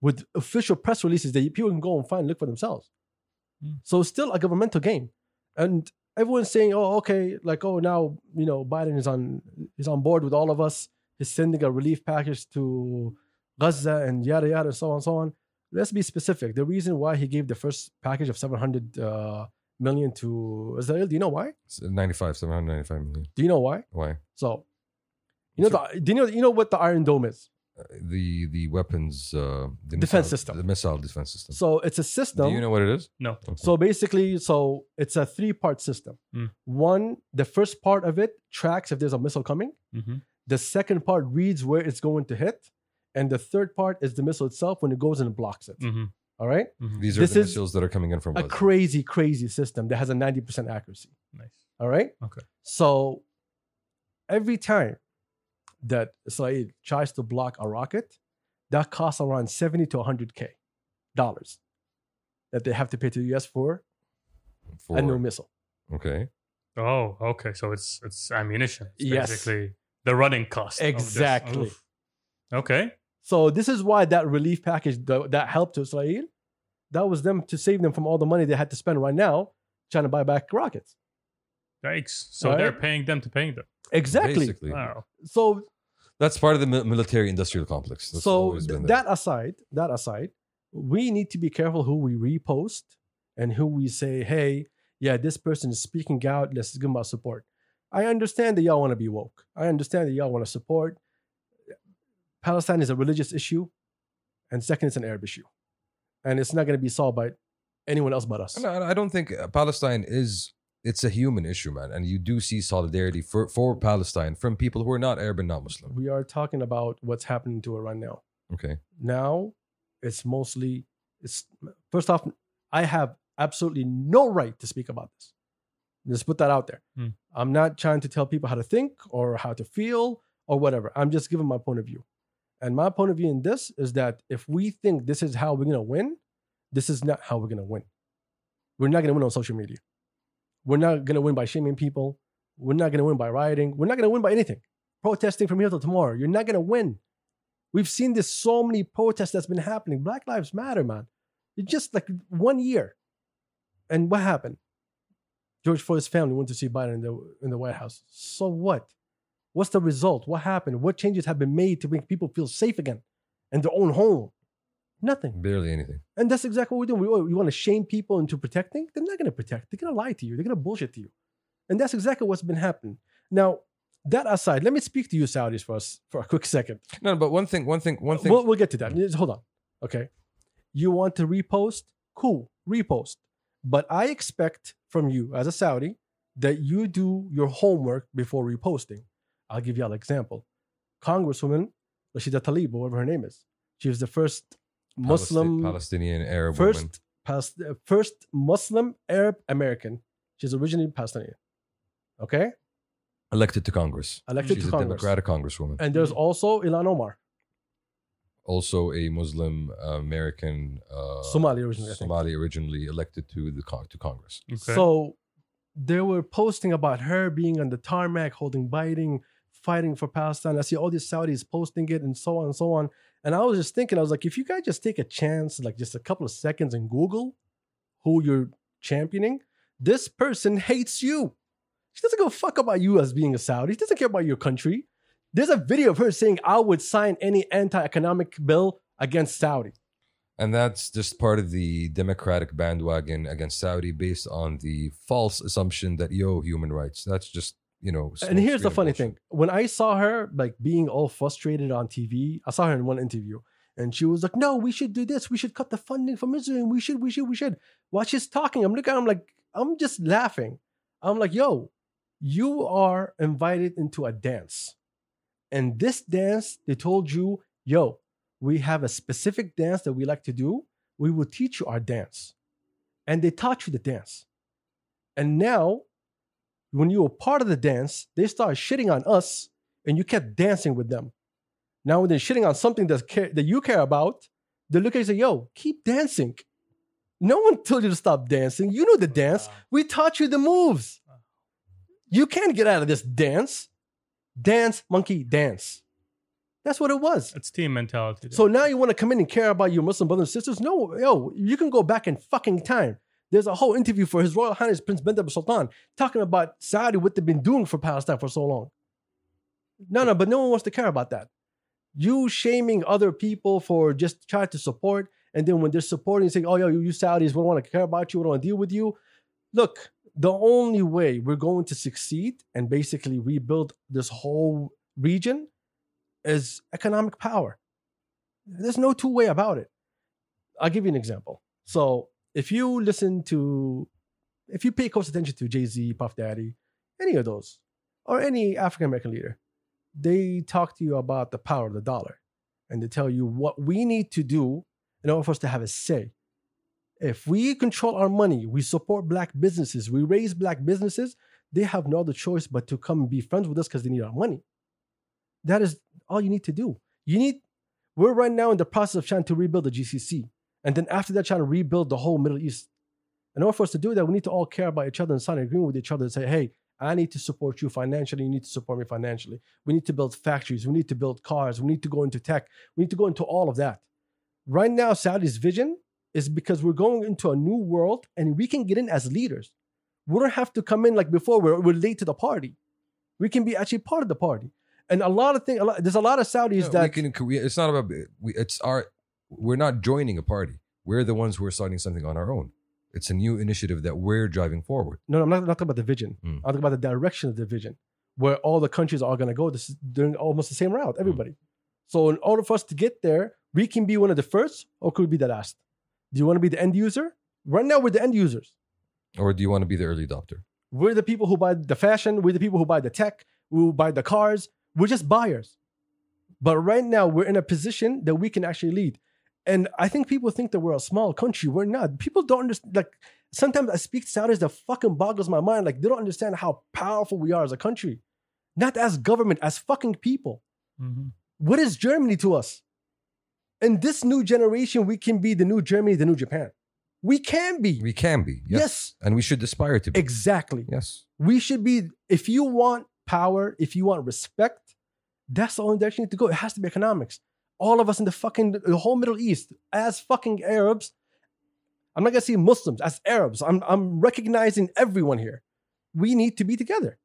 S2: with official press releases that people can go and find look for themselves.
S3: Hmm.
S2: So it's still a governmental game, and everyone's saying, "Oh, okay, like oh now you know Biden is on is on board with all of us. He's sending a relief package to Gaza and yada yada and so on and so on." let's be specific. The reason why he gave the first package of 700 uh, million to Israel, do you know why?
S1: It's 95, 795 million.
S2: Do you know why?
S1: Why?
S2: So, you know, the, do you know, you know what the Iron Dome is?
S1: Uh, The the weapons uh, the
S2: Defense
S1: missile-
S2: system.
S1: the missile defense system.
S2: So it's a
S1: do
S2: system.
S1: you know what it is?
S3: No.
S1: Okay.
S2: So basically, so it's a three part system.
S3: Mm.
S2: One, the first part of it tracks if there's a missile coming.
S3: Mm-hmm.
S2: The second part reads where it's going to hit. And the third part is the missile itself when it goes and blocks it.
S3: Mm-hmm.
S2: All right.
S1: These are
S2: this
S1: the
S2: is
S1: missiles that are coming in from
S2: A
S1: Gaza.
S2: crazy, crazy system that has a 90% accuracy.
S3: Nice.
S2: All right.
S3: Okay.
S2: So every time that Israel tries to block a rocket, that costs around 70 to 100K dollars that they have to pay to the US for,
S1: For-
S2: a new missile.
S1: okay.
S3: Oh, okay. So it's it's ammunition. It's
S2: Yes.
S3: Basically, the running cost. of this.
S2: Exactly.
S3: Oof. Okay.
S2: So this is why that relief package tha- that helped Israel, that was them to save them from all the money they had to spend right now trying to buy back rockets.
S3: Yikes. So
S2: All
S3: they're
S2: right.
S3: paying them to paying them.
S2: Exactly.
S1: Basically.
S3: Wow.
S2: So
S1: That's part of the mi- military-industrial complex. That's
S2: so
S1: always
S2: th-
S1: been there.
S2: that aside, that aside, we need to be careful who we repost and who we say, hey, yeah, this person is speaking out. Let's give them our support. I understand that y'all want to be woke. I understand that y'all want to support. Palestine is a religious issue, and second, it's an Arab issue, and it's not going to be solved by anyone else but us.
S1: No, I don't think uh, Palestine is. It's a human issue, man, and you do see solidarity for for Palestine from people who are not Arab and not Muslim.
S2: We are talking about what's happening to Iran now.
S1: Okay,
S2: now it's mostly it's first off i have absolutely no right to speak about this let's put that out there
S3: Hmm.
S2: i'm not trying to tell people how to think or how to feel or whatever i'm just giving my point of view and my point of view in this is that if we think this is how we're going to win this is not how we're going to win we're not going to win on social media we're not going to win by shaming people we're not going to win by rioting we're not going to win by anything protesting from here till tomorrow you're not going to win We've seen this so many protests that's been happening. Black Lives Matter, man. It's just like one year. And what happened? George Floyd's family went to see Biden in the, in the White House. So what? What's the result? What happened? What changes have been made to make people feel safe again in their own home? Nothing.
S1: barely anything.
S2: And that's exactly what we're doing. We, we want to shame people into protecting. They're not going to protect. They're going to lie to you. They're going to bullshit to you. And that's exactly what's been happening. Now, that aside, let me speak to you Saudis for us for a quick second.
S1: No, but one thing, one thing, one thing.
S2: We'll, we'll get to that. Just Hold on. Okay. You want to repost? Cool. Repost. But I expect from you as a Saudi that you do your homework before reposting. I'll give you an example. Congresswoman Rashida Tlaib, whatever her name is, she was the first Muslim,
S1: Palestinian Arab woman.
S2: first, Palis- first Muslim Arab American. She's originally Palestinian. Okay?
S1: elected to Congress.
S2: Elected
S1: She's
S2: to
S1: a
S2: Congress.
S1: Democratic Congresswoman,
S2: And there's also Ilan Omar,
S1: also a Muslim American, uh,
S2: Somali originally, I think.
S1: Somali originally elected to the con- to Congress.
S3: Okay.
S2: So they were posting about her being on the tarmac, holding biting, fighting for Palestine. I see all these Saudis posting it and so on and so on. And I was just thinking, I was like, if you guys just take a chance, like just a couple of seconds and Google who you're championing, this person hates you. She doesn't give a fuck about you as being a Saudi. She doesn't care about your country. There's a video of her saying, I would sign any anti economic bill against Saudi.
S1: And that's just part of the democratic bandwagon against Saudi based on the false assumption that, yo, human rights. That's just, you know.
S2: and here's the funny thing when i saw her like being all frustrated on tv i saw her in one interview and she was like no we should do this we should cut the funding from israel we should we should we should while she's talking i'm looking at her, i'm like i'm just laughing i'm like yo you are invited into a dance and this dance they told you yo we have a specific dance that we like to do we will teach you our dance and they taught you the dance and now when you were part of the dance, they started shitting on us and you kept dancing with them. Now, when they're shitting on something that's care, that you care about, they look at you and say, Yo, keep dancing. No one told you to stop dancing. You know the dance. We taught you the moves. You can't get out of this dance. Dance, monkey, dance. That's what it was.
S3: It's team mentality.
S2: So now you want to come in and care about your Muslim brothers and sisters? No, yo, you can go back in fucking time. There's a whole interview for His Royal Highness Prince Bandar bin Sultan talking about Saudi, what they've been doing for Palestine for so long. No, no, but no one wants to care about that. You shaming other people for just trying to support, and then when they're supporting, saying, oh, yo, you Saudis, we don't want to care about you, we don't want to deal with you. Look, the only way we're going to succeed and basically rebuild this whole region is economic power. There's no two way about it. I'll give you an example. So if you listen to, if you pay close attention to Jay Z, Puff Daddy, any of those, or any African American leader, they talk to you about the power of the dollar and they tell you what we need to do in order for us to have a say. If we control our money, we support black businesses, we raise black businesses, they have no other choice but to come be friends with us because they need our money. That is all you need to do. You need we're right now in the process of trying to rebuild the GCC. And then after that, trying to rebuild the whole Middle East. In order for us to do that, we need to all care about each other and sign an agreement with each other and say, hey, I need to support you financially. You need to support me financially. We need to build factories. We need to build cars. We need to go into tech. We need to go into all of that. Right now, Saudi's vision is because we're going into a new world and we can get in as leaders. We don't have to come in like before, we're, we're late to the party. We can be actually part of the party. And a lot of things, a lot, there's a lot of Saudis
S1: No,
S2: that.
S1: we can, we, it's not about, we, it's our, we're not joining a party. We're the ones who are starting something on our own. It's a new initiative that we're driving forward.
S2: No, no, I'm not, I'm not talking about the vision.
S1: Mm.
S2: I'm talking about the direction of the vision, where all the countries are going to go. This is doing almost the same route, everybody. So, in order for us to get there, we can be one of the first, or could we be the last? Do you want to be the end user? Right now, we're the end users.
S1: Or do you want to be the early adopter?
S2: We're the people who buy the fashion. We're the people who buy the tech. We who buy the cars. We're just buyers. But right now, we're in a position that we can actually lead. And I think people think that we're a small country. We're not. People don't understand. Like sometimes I speak to Saudis that fucking boggles my mind. Like they don't understand how powerful we are as a country, not as government, as fucking people
S3: Mhm.
S2: what is Germany to us? In this new generation, we can be the new Germany, the new Japan. We can be.
S1: We can be. Yes.
S2: Yes,
S1: And we should aspire to be.
S2: exactly.
S1: yes.
S2: We should be, if you want power, if you want respect, that's the only direction you need to go. It has to be economics. All of us in the fucking, the whole Middle East, as fucking Arabs, I'm not gonna say Muslims, as Arabs, I'm, I'm recognizing everyone here. We need to be together.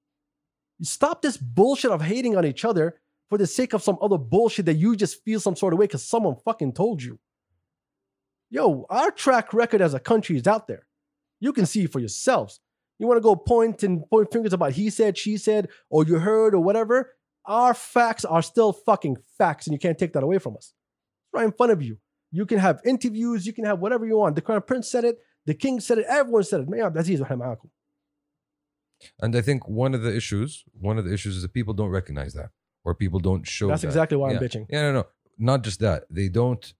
S2: Stop this bullshit of hating on each other for the sake of some other bullshit that you just feel some sort of way because someone fucking told you. Yo, our track record as a country is out there. You can see for yourselves You want to go point and point fingers about he said, she said, or you heard, or whatever. Our facts are still fucking facts, and you can't take that away from us. Right in front of you. You can have interviews, you can have whatever you want. The crown prince said it, the king said it, everyone said it. Man, that's معاكم.
S1: And I think one of the issues, one of the issues is that people don't recognize that or people don't show
S2: That's
S1: that.
S2: exactly why I'm bitching.
S1: Yeah, no, no. Not just that. They don't.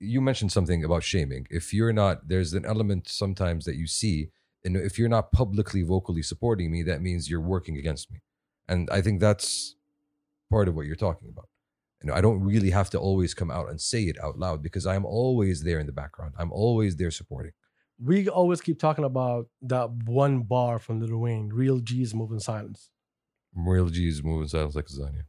S1: You mentioned something about shaming. If you're not, there's an element sometimes that you see. And if you're not publicly, vocally supporting me, that means you're working against me. And I think that's part of what you're talking about. You know, I don't really have to always come out and say it out loud because I'm always there in the background. I'm always there supporting.
S2: We always keep talking about that one bar from Lil Wayne, real G's move in silence.
S1: Real G's moving silence like lasagna.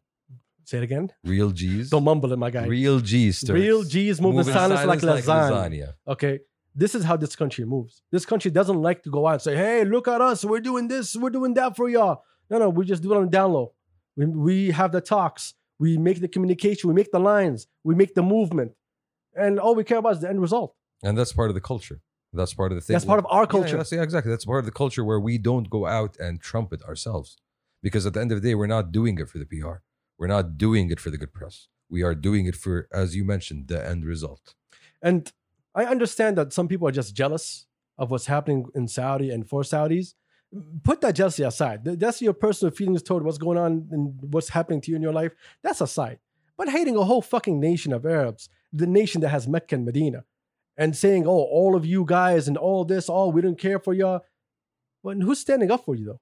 S2: Say it again.
S1: Real G's.
S2: Don't mumble it, my guy.
S1: Real G's. Sturz.
S2: Real G's move in silence, like, lasagna.
S1: lasagna.
S2: Okay. This is how this country moves. This country doesn't like to go out and say, hey, look at us. We're doing this. We're doing that for y'all. No, no, we just do it on the down low. We, we have the talks. We make the communication. We make the lines. We make the movement. And all we care about is the end result.
S1: And that's part of the culture. That's part of the thing.
S2: That's part of our
S1: Yeah, yeah,
S2: culture.
S1: that's, yeah, exactly. That's part of the culture where we don't go out and trumpet ourselves. Because at the end of the day, we're not doing it for the PR. We're not doing it for the good press. We are doing it for, as you mentioned, the end result.
S2: And I understand that some people are just jealous of what's happening in Saudi and for Saudis. Put that jealousy aside. Th- That's your personal feelings toward what's going on and what's happening to you in your life. That's aside. But hating a whole fucking nation of Arabs, the nation that has Mecca and Medina, and saying, oh, all of you guys and all this, all we don't care for y'all. But who's standing up for you though?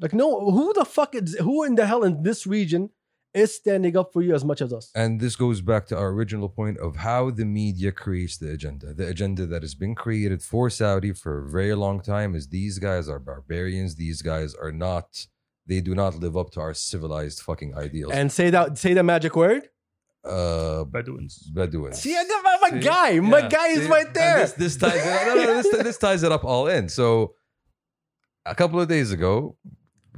S2: Like, no, who the fuck is, who in the hell in this region is standing up for you as much as us?
S1: And this goes back to our original point of how the media creates the agenda. The agenda that has been created for Saudi for a very long time is these guys are barbarians. These guys are not, they do not live up to our civilized fucking ideals.
S2: And say that, say the magic word.
S1: uh,
S3: Bedouins.
S1: Bedouins.
S2: See, I got my, my guy. My
S1: Yeah.
S2: guy is
S1: See?
S2: right
S1: And
S2: there.
S1: This, this ties it. No, no, no, this, this ties it up all in. So, a couple of days ago,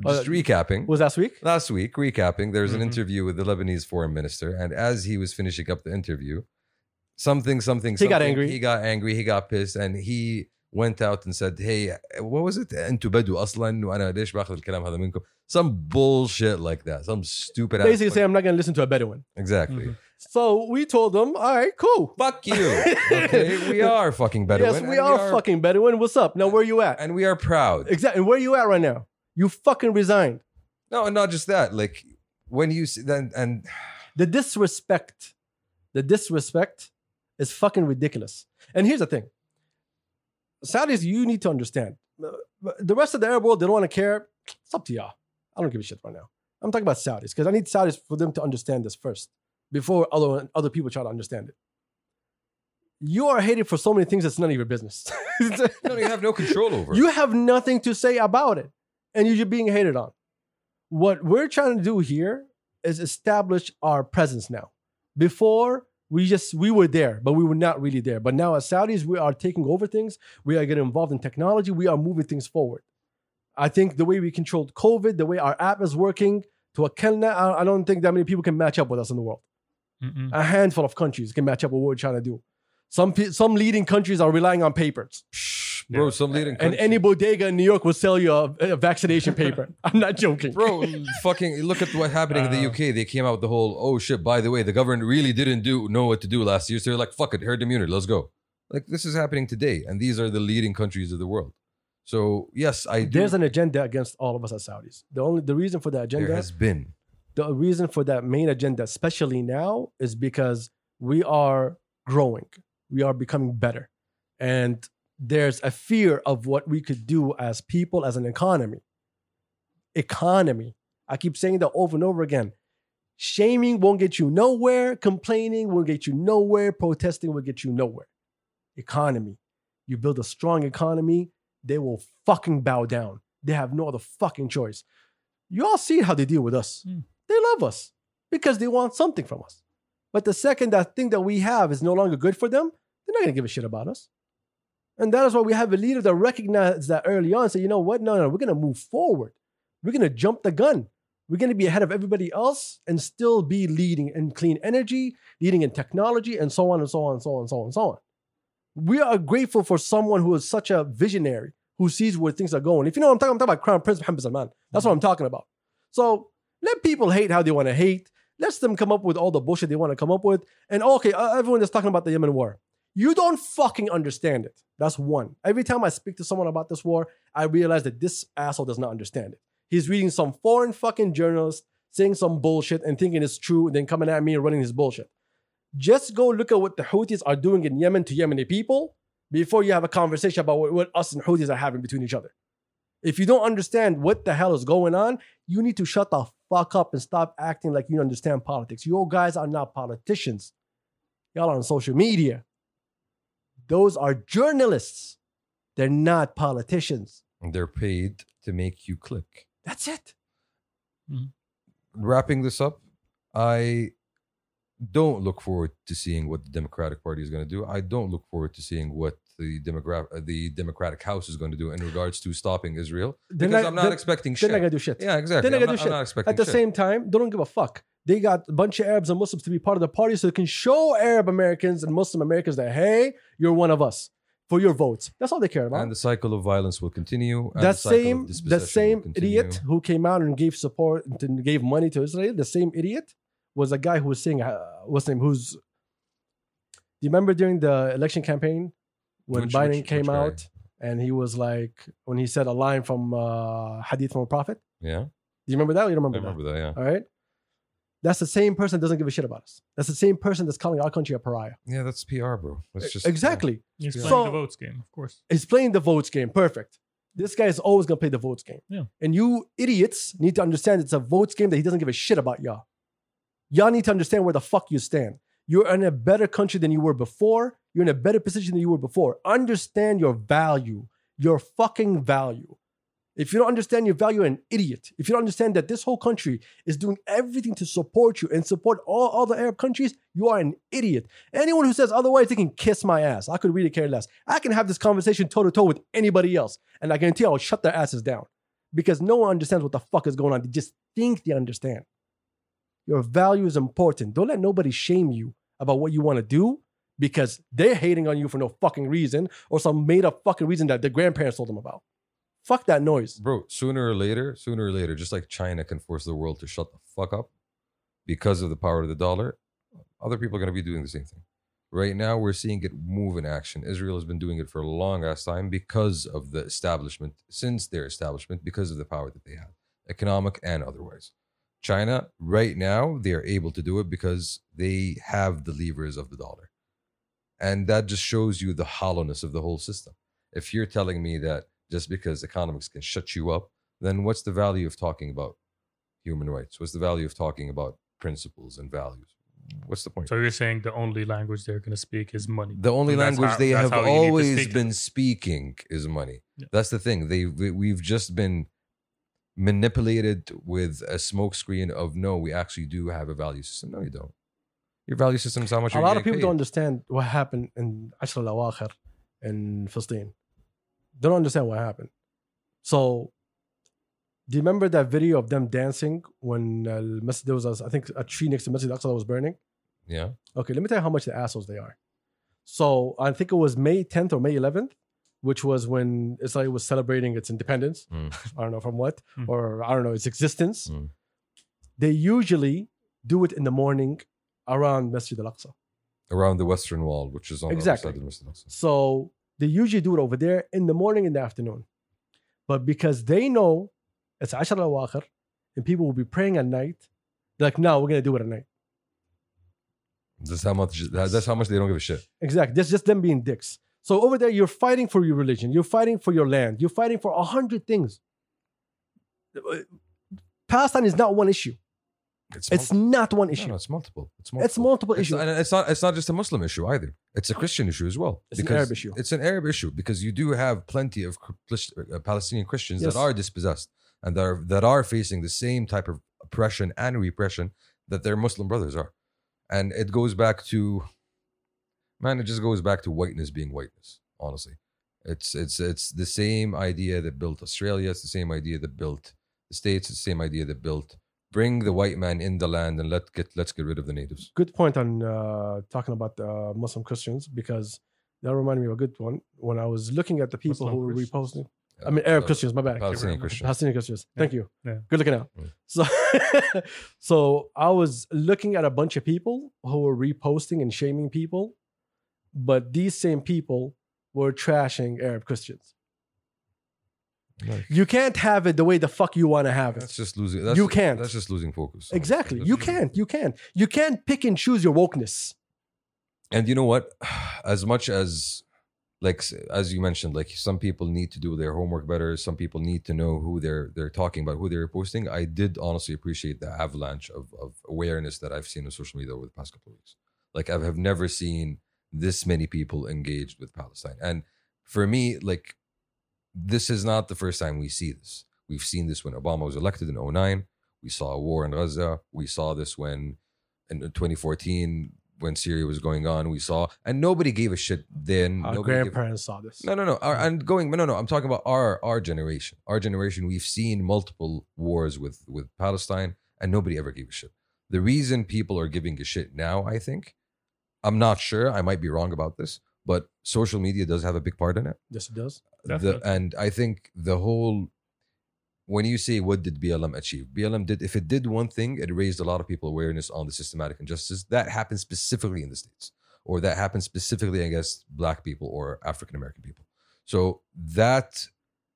S1: just
S2: Uh, Mm-hmm.
S1: recapping
S2: was last week?
S1: last week, recapping, there was an
S3: Mhm.
S1: interview with the Lebanese foreign minister, and as he was finishing up the interview, something, something,
S2: He got
S1: something-
S2: angry.
S1: He got angry. He got pissed, and he went out and said, "Hey, what was it? أنتوا بدو أصلاً وأنا ليش باخذ الكلام هذا منكم?" Some bullshit like that. Some stupid. ass
S2: Basically, Mm-hmm. say
S1: fuck-
S2: I'm not going to listen to a Bedouin.
S1: exactly.
S2: So we told them, all right, cool.
S1: Fuck you. Okay,
S2: *laughs*
S1: we are fucking Bedouin.
S2: yes,
S1: and
S2: we are, fucking Bedouin. What's up? Now, where you at?
S1: and we are proud.
S2: exactly. Where you at right now? You fucking resigned.
S1: No, and not just that. Like when you see then and
S2: The disrespect, the disrespect is fucking ridiculous. And here's the thing Saudis, you need to understand. Uh, The rest of the Arab world, they don't want to care. It's up to y'all. I don't give a shit right now. I'm talking about Saudis because I need Saudis for them to understand this first before other, other people try to understand it. You are hated for so many things that's none of your business.
S1: *laughs*
S2: *laughs*
S1: no, you have no control over. it.
S2: You have nothing to say about it, and you're just being hated on. What we're trying to do here is establish our presence now. Before we just we were there, but we were not really there. But now as Saudis, we are taking over things. We are getting involved in technology. We are moving things forward. I think the way we controlled COVID, the way our app is working, to a Kelna, I I don't think that many people can match up with us in the world
S3: Mm-mm.
S2: a handful of countries can match up with what we're trying to do. Some pe- some leading countries are relying on papers.
S1: bro, some leading
S2: And
S1: country-
S2: any bodega in New York will sell you a, a vaccination paper. *laughs* I'm not joking.
S1: *laughs* bro, fucking look at what's happening in the
S3: Uh,
S1: UK. They came out with the whole oh shit. By the way, the government really didn't do know what to do last year, so they're like fuck it, herd immunity, let's go. Like this is happening today, and these are the leading countries of the world. So yes, I do.
S2: There's an agenda against all of us as Saudis. The only the reason for that agenda,
S1: there has been
S2: the reason for that main agenda, especially now, is because we are growing. We are becoming better. And there's a fear of what we could do as people, as an economy. Economy. I keep saying that over and over again. Shaming won't get you nowhere. Complaining will get you nowhere. Protesting will get you nowhere. Economy. You build a strong economy, they will fucking bow down. They have no other fucking choice. You all see how they deal with us.
S3: Mm.
S2: They love us because they want something from us. But the second that thing that we have is no longer good for them, they're not gonna give a shit about us. And that is why we have a leader that recognized that early on. Say, you know what? No, no, we're gonna move forward. We're gonna jump the gun. We're gonna be ahead of everybody else and still be leading in clean energy, leading in technology, and so on and so on and so on and so on and so on. We are grateful for someone who is such a visionary, who sees where things are going. If you know what I'm talking, I'm talking about Crown Prince Mohammed Salman. That's what I'm talking about. So let people hate how they want to hate. Let them come up with all the bullshit they want to come up with. And okay, uh, everyone is talking about the Yemen war. You don't fucking understand it. That's one. Every time I speak to someone about this war, I realize that this asshole does not understand it. He's reading some foreign fucking journalist saying some bullshit and thinking it's true, and then coming at me and running his bullshit. Just go look at what the Houthis are doing in Yemen to Yemeni people before you have a conversation about what, what us and Houthis are having between each other. If you don't understand what the hell is going on, you need to shut the fuck up and stop acting like you understand politics. You guys are not politicians. Y'all are on social media. Those are journalists. They're not politicians.
S1: They're paid to make you click.
S2: That's it.
S1: Wrapping this up, I don't look forward to seeing what the Democratic Party is going to do. I don't look forward to seeing what the demogra- uh, the Democratic House is going to do in regards to stopping Israel
S2: They're
S1: because I'm not
S2: they're-
S1: expecting
S2: They're
S1: shit.
S2: not gonna do shit.
S1: yeah, exactly.
S2: they're
S1: I'm
S2: not
S1: not,
S2: gonna do
S1: I'm not expecting
S2: At the
S1: shit.
S2: same time, they don't give a fuck. They got a bunch of Arabs and Muslims to be part of the party so they can show Arab Americans and Muslim Americans that, hey, you're one of us for your votes. That's all they care about.
S1: and the cycle of violence will continue. and
S2: that
S1: Uh, the cycle of
S2: same the
S1: dispossession will
S2: same
S1: continue.
S2: idiot who came out and gave support and gave money to Israel, the same idiot was a guy who was saying uh, what's his name who's do you remember during the election campaign when
S1: Which-
S2: Biden
S1: which-
S2: came
S1: which guy?
S2: out and he was like when he said a line from uh, Hadith from a Prophet?
S1: Yeah,
S2: Do you remember that? Or you don't
S1: I
S2: remember,
S1: remember that. Yeah,
S2: that? All right. That's the same person that doesn't give a shit about us. That's the same person that's calling our country a pariah.
S1: yeah, that's PR, bro. That's just
S2: E, exactly.
S3: He's
S1: Yeah.
S2: So-
S3: playing the votes game, of course.
S2: He's playing the votes game. Perfect. This guy is always gonna play the votes game.
S3: Yeah.
S2: And you idiots need to understand it's a votes game that he doesn't give a shit about y'all. Y'all need to understand where the fuck you stand. You're in a better country than you were before. You're in a better position than you were before. Understand your value, your fucking value. If you don't understand your value, you're an idiot. If you don't understand that this whole country is doing everything to support you and support all other Arab countries, you are an idiot. Anyone who says otherwise, they can kiss my ass. I could really care less. I can have this conversation toe to toe with anybody else, and I guarantee I'll shut their asses down because no one understands what the fuck is going on. They just think they understand. Your value is important. Don't let nobody shame you about what you want to do because they're hating on you for no fucking reason or some made up fucking reason that their grandparents told them about. Fuck that noise.
S1: bro. Sooner or later, sooner or later, just like China can force the world to shut the fuck up because of the power of the dollar, other people are going to be doing the same thing. Right now, we're seeing it move in action. Israel has been doing it for a long ass time because of the establishment, since their establishment, because of the power that they had, economic and otherwise. China, right now, they are able to do it because they have the levers of the dollar. And that just shows you the hollowness of the whole system. If you're telling me that just because economics can shut you up, then what's the value of talking about human rights? What's the value of talking about principles and values? What's the point?
S3: So you're saying the only language they're gonna speak is money.
S1: The only
S3: And that's
S1: language
S3: how-
S1: they
S3: that's
S1: have
S3: how you need to
S1: always
S3: speak it.
S1: been speaking is money.
S3: Yeah.
S1: That's the thing. They we- we've just been manipulated with a smokescreen of no, we actually do have a value system. No, you don't. Your value system is how much
S2: a
S1: you're
S2: lot of people
S1: getting paid.
S2: don't understand what happened in Ashr al Awakhir in Palestine. They don't understand what happened. So, do you remember that video of them dancing when uh, Masjid, there was, a, I think, a tree next to Masjid Al Aqsa that was burning?
S1: Yeah,
S2: Okay, let me tell you how much the assholes they are. So, I think it was May 10th or May 11th, which was when Israel was celebrating its independence.
S1: Mm.
S2: *laughs* I don't know from what,
S3: Mm.
S2: or I don't know, its existence.
S1: Mm.
S2: They usually do it in the morning around Masjid Al Aqsa.
S1: around the Western Wall, which is on
S2: Exactly.
S1: the other side of Muslim.
S2: So they usually do it over there in the morning and the afternoon. But because they know it's Ashr al Awakhir and people will be praying at night, they're like, no, we're going to do it at night.
S1: That's how much. that- That's how much they don't give a shit.
S2: Exactly. That's just them being dicks. So over there, you're fighting for your religion, you're fighting for your land, you're fighting for a hundred things. Palestine is not one issue. It's
S1: multiple.
S2: not one
S1: No,
S2: issue.
S1: no, it's multiple. It's multiple.
S2: It's multiple
S1: It's,
S2: issues.
S1: and it's not. It's not just a Muslim issue either. It's a Christian issue as well.
S2: It's an
S1: because
S2: Arab issue.
S1: It's an Arab issue because you do have plenty of Chr- Plis- uh, Palestinian Christians
S2: Yes.
S1: that are dispossessed and that are that are facing the same type of oppression and repression that their Muslim brothers are, and it goes back to, man, it just goes back to whiteness being whiteness. Honestly, it's it's it's the same idea that built Australia. It's the same idea that built the states. It's the same idea that built. Bring the white man in the land and let get let's get rid of the natives.
S2: good point on uh, talking about uh, Muslim Christians because that reminded me of a good one when I was looking at the people
S3: Muslim
S2: who were
S3: Christians.
S2: reposting. I mean, Arab
S1: Uh,
S2: Christians. My bad.
S1: Palestinian Christian.
S2: Palestinian Christians. Thank you.
S3: Yeah.
S2: Good looking out.
S1: Mm.
S2: So, *laughs* so I was looking at a bunch of people who were reposting and shaming people, but these same people were trashing Arab Christians.
S1: Like,
S2: You can't have it the way the fuck you want to have
S1: that's
S2: it.
S1: just losing. That's,
S2: You can't.
S1: That's just losing focus. honestly.
S2: Exactly.
S1: That's
S2: You
S1: losing-
S2: can't. You can't. You can't pick and choose your wokeness.
S1: And you know what? *sighs* As much as like as you mentioned, like some people need to do their homework better. Some people need to know who they're they're talking about, who they're posting. I did honestly appreciate the avalanche of, of awareness that I've seen on social media over the past couple of weeks. Like I have never seen this many people engaged with Palestine. And for me, like this is not the first time we see this. We've seen this when Obama was elected in 09. We saw a war in Gaza. We saw this when in 2014 when Syria was going on. We saw and nobody gave a shit then.
S2: Our
S1: Mm, Nobody gave-
S2: grandparents saw this.
S1: no, no, no. Our, and going, no, no. I'm talking about our our generation. Our generation. We've seen multiple wars with with Palestine, and nobody ever gave a shit. The reason people are giving a shit now, I think, I'm not sure. I might be wrong about this, but social media does have a big part in it.
S2: Yes, it does.
S1: The,
S3: Definitely.
S1: and I think the whole when you say what did BLM achieve, BLM did if it did one thing, it raised a lot of people awareness on the systematic injustices that happened specifically in the states, or that happened specifically against Black people or African American people. So that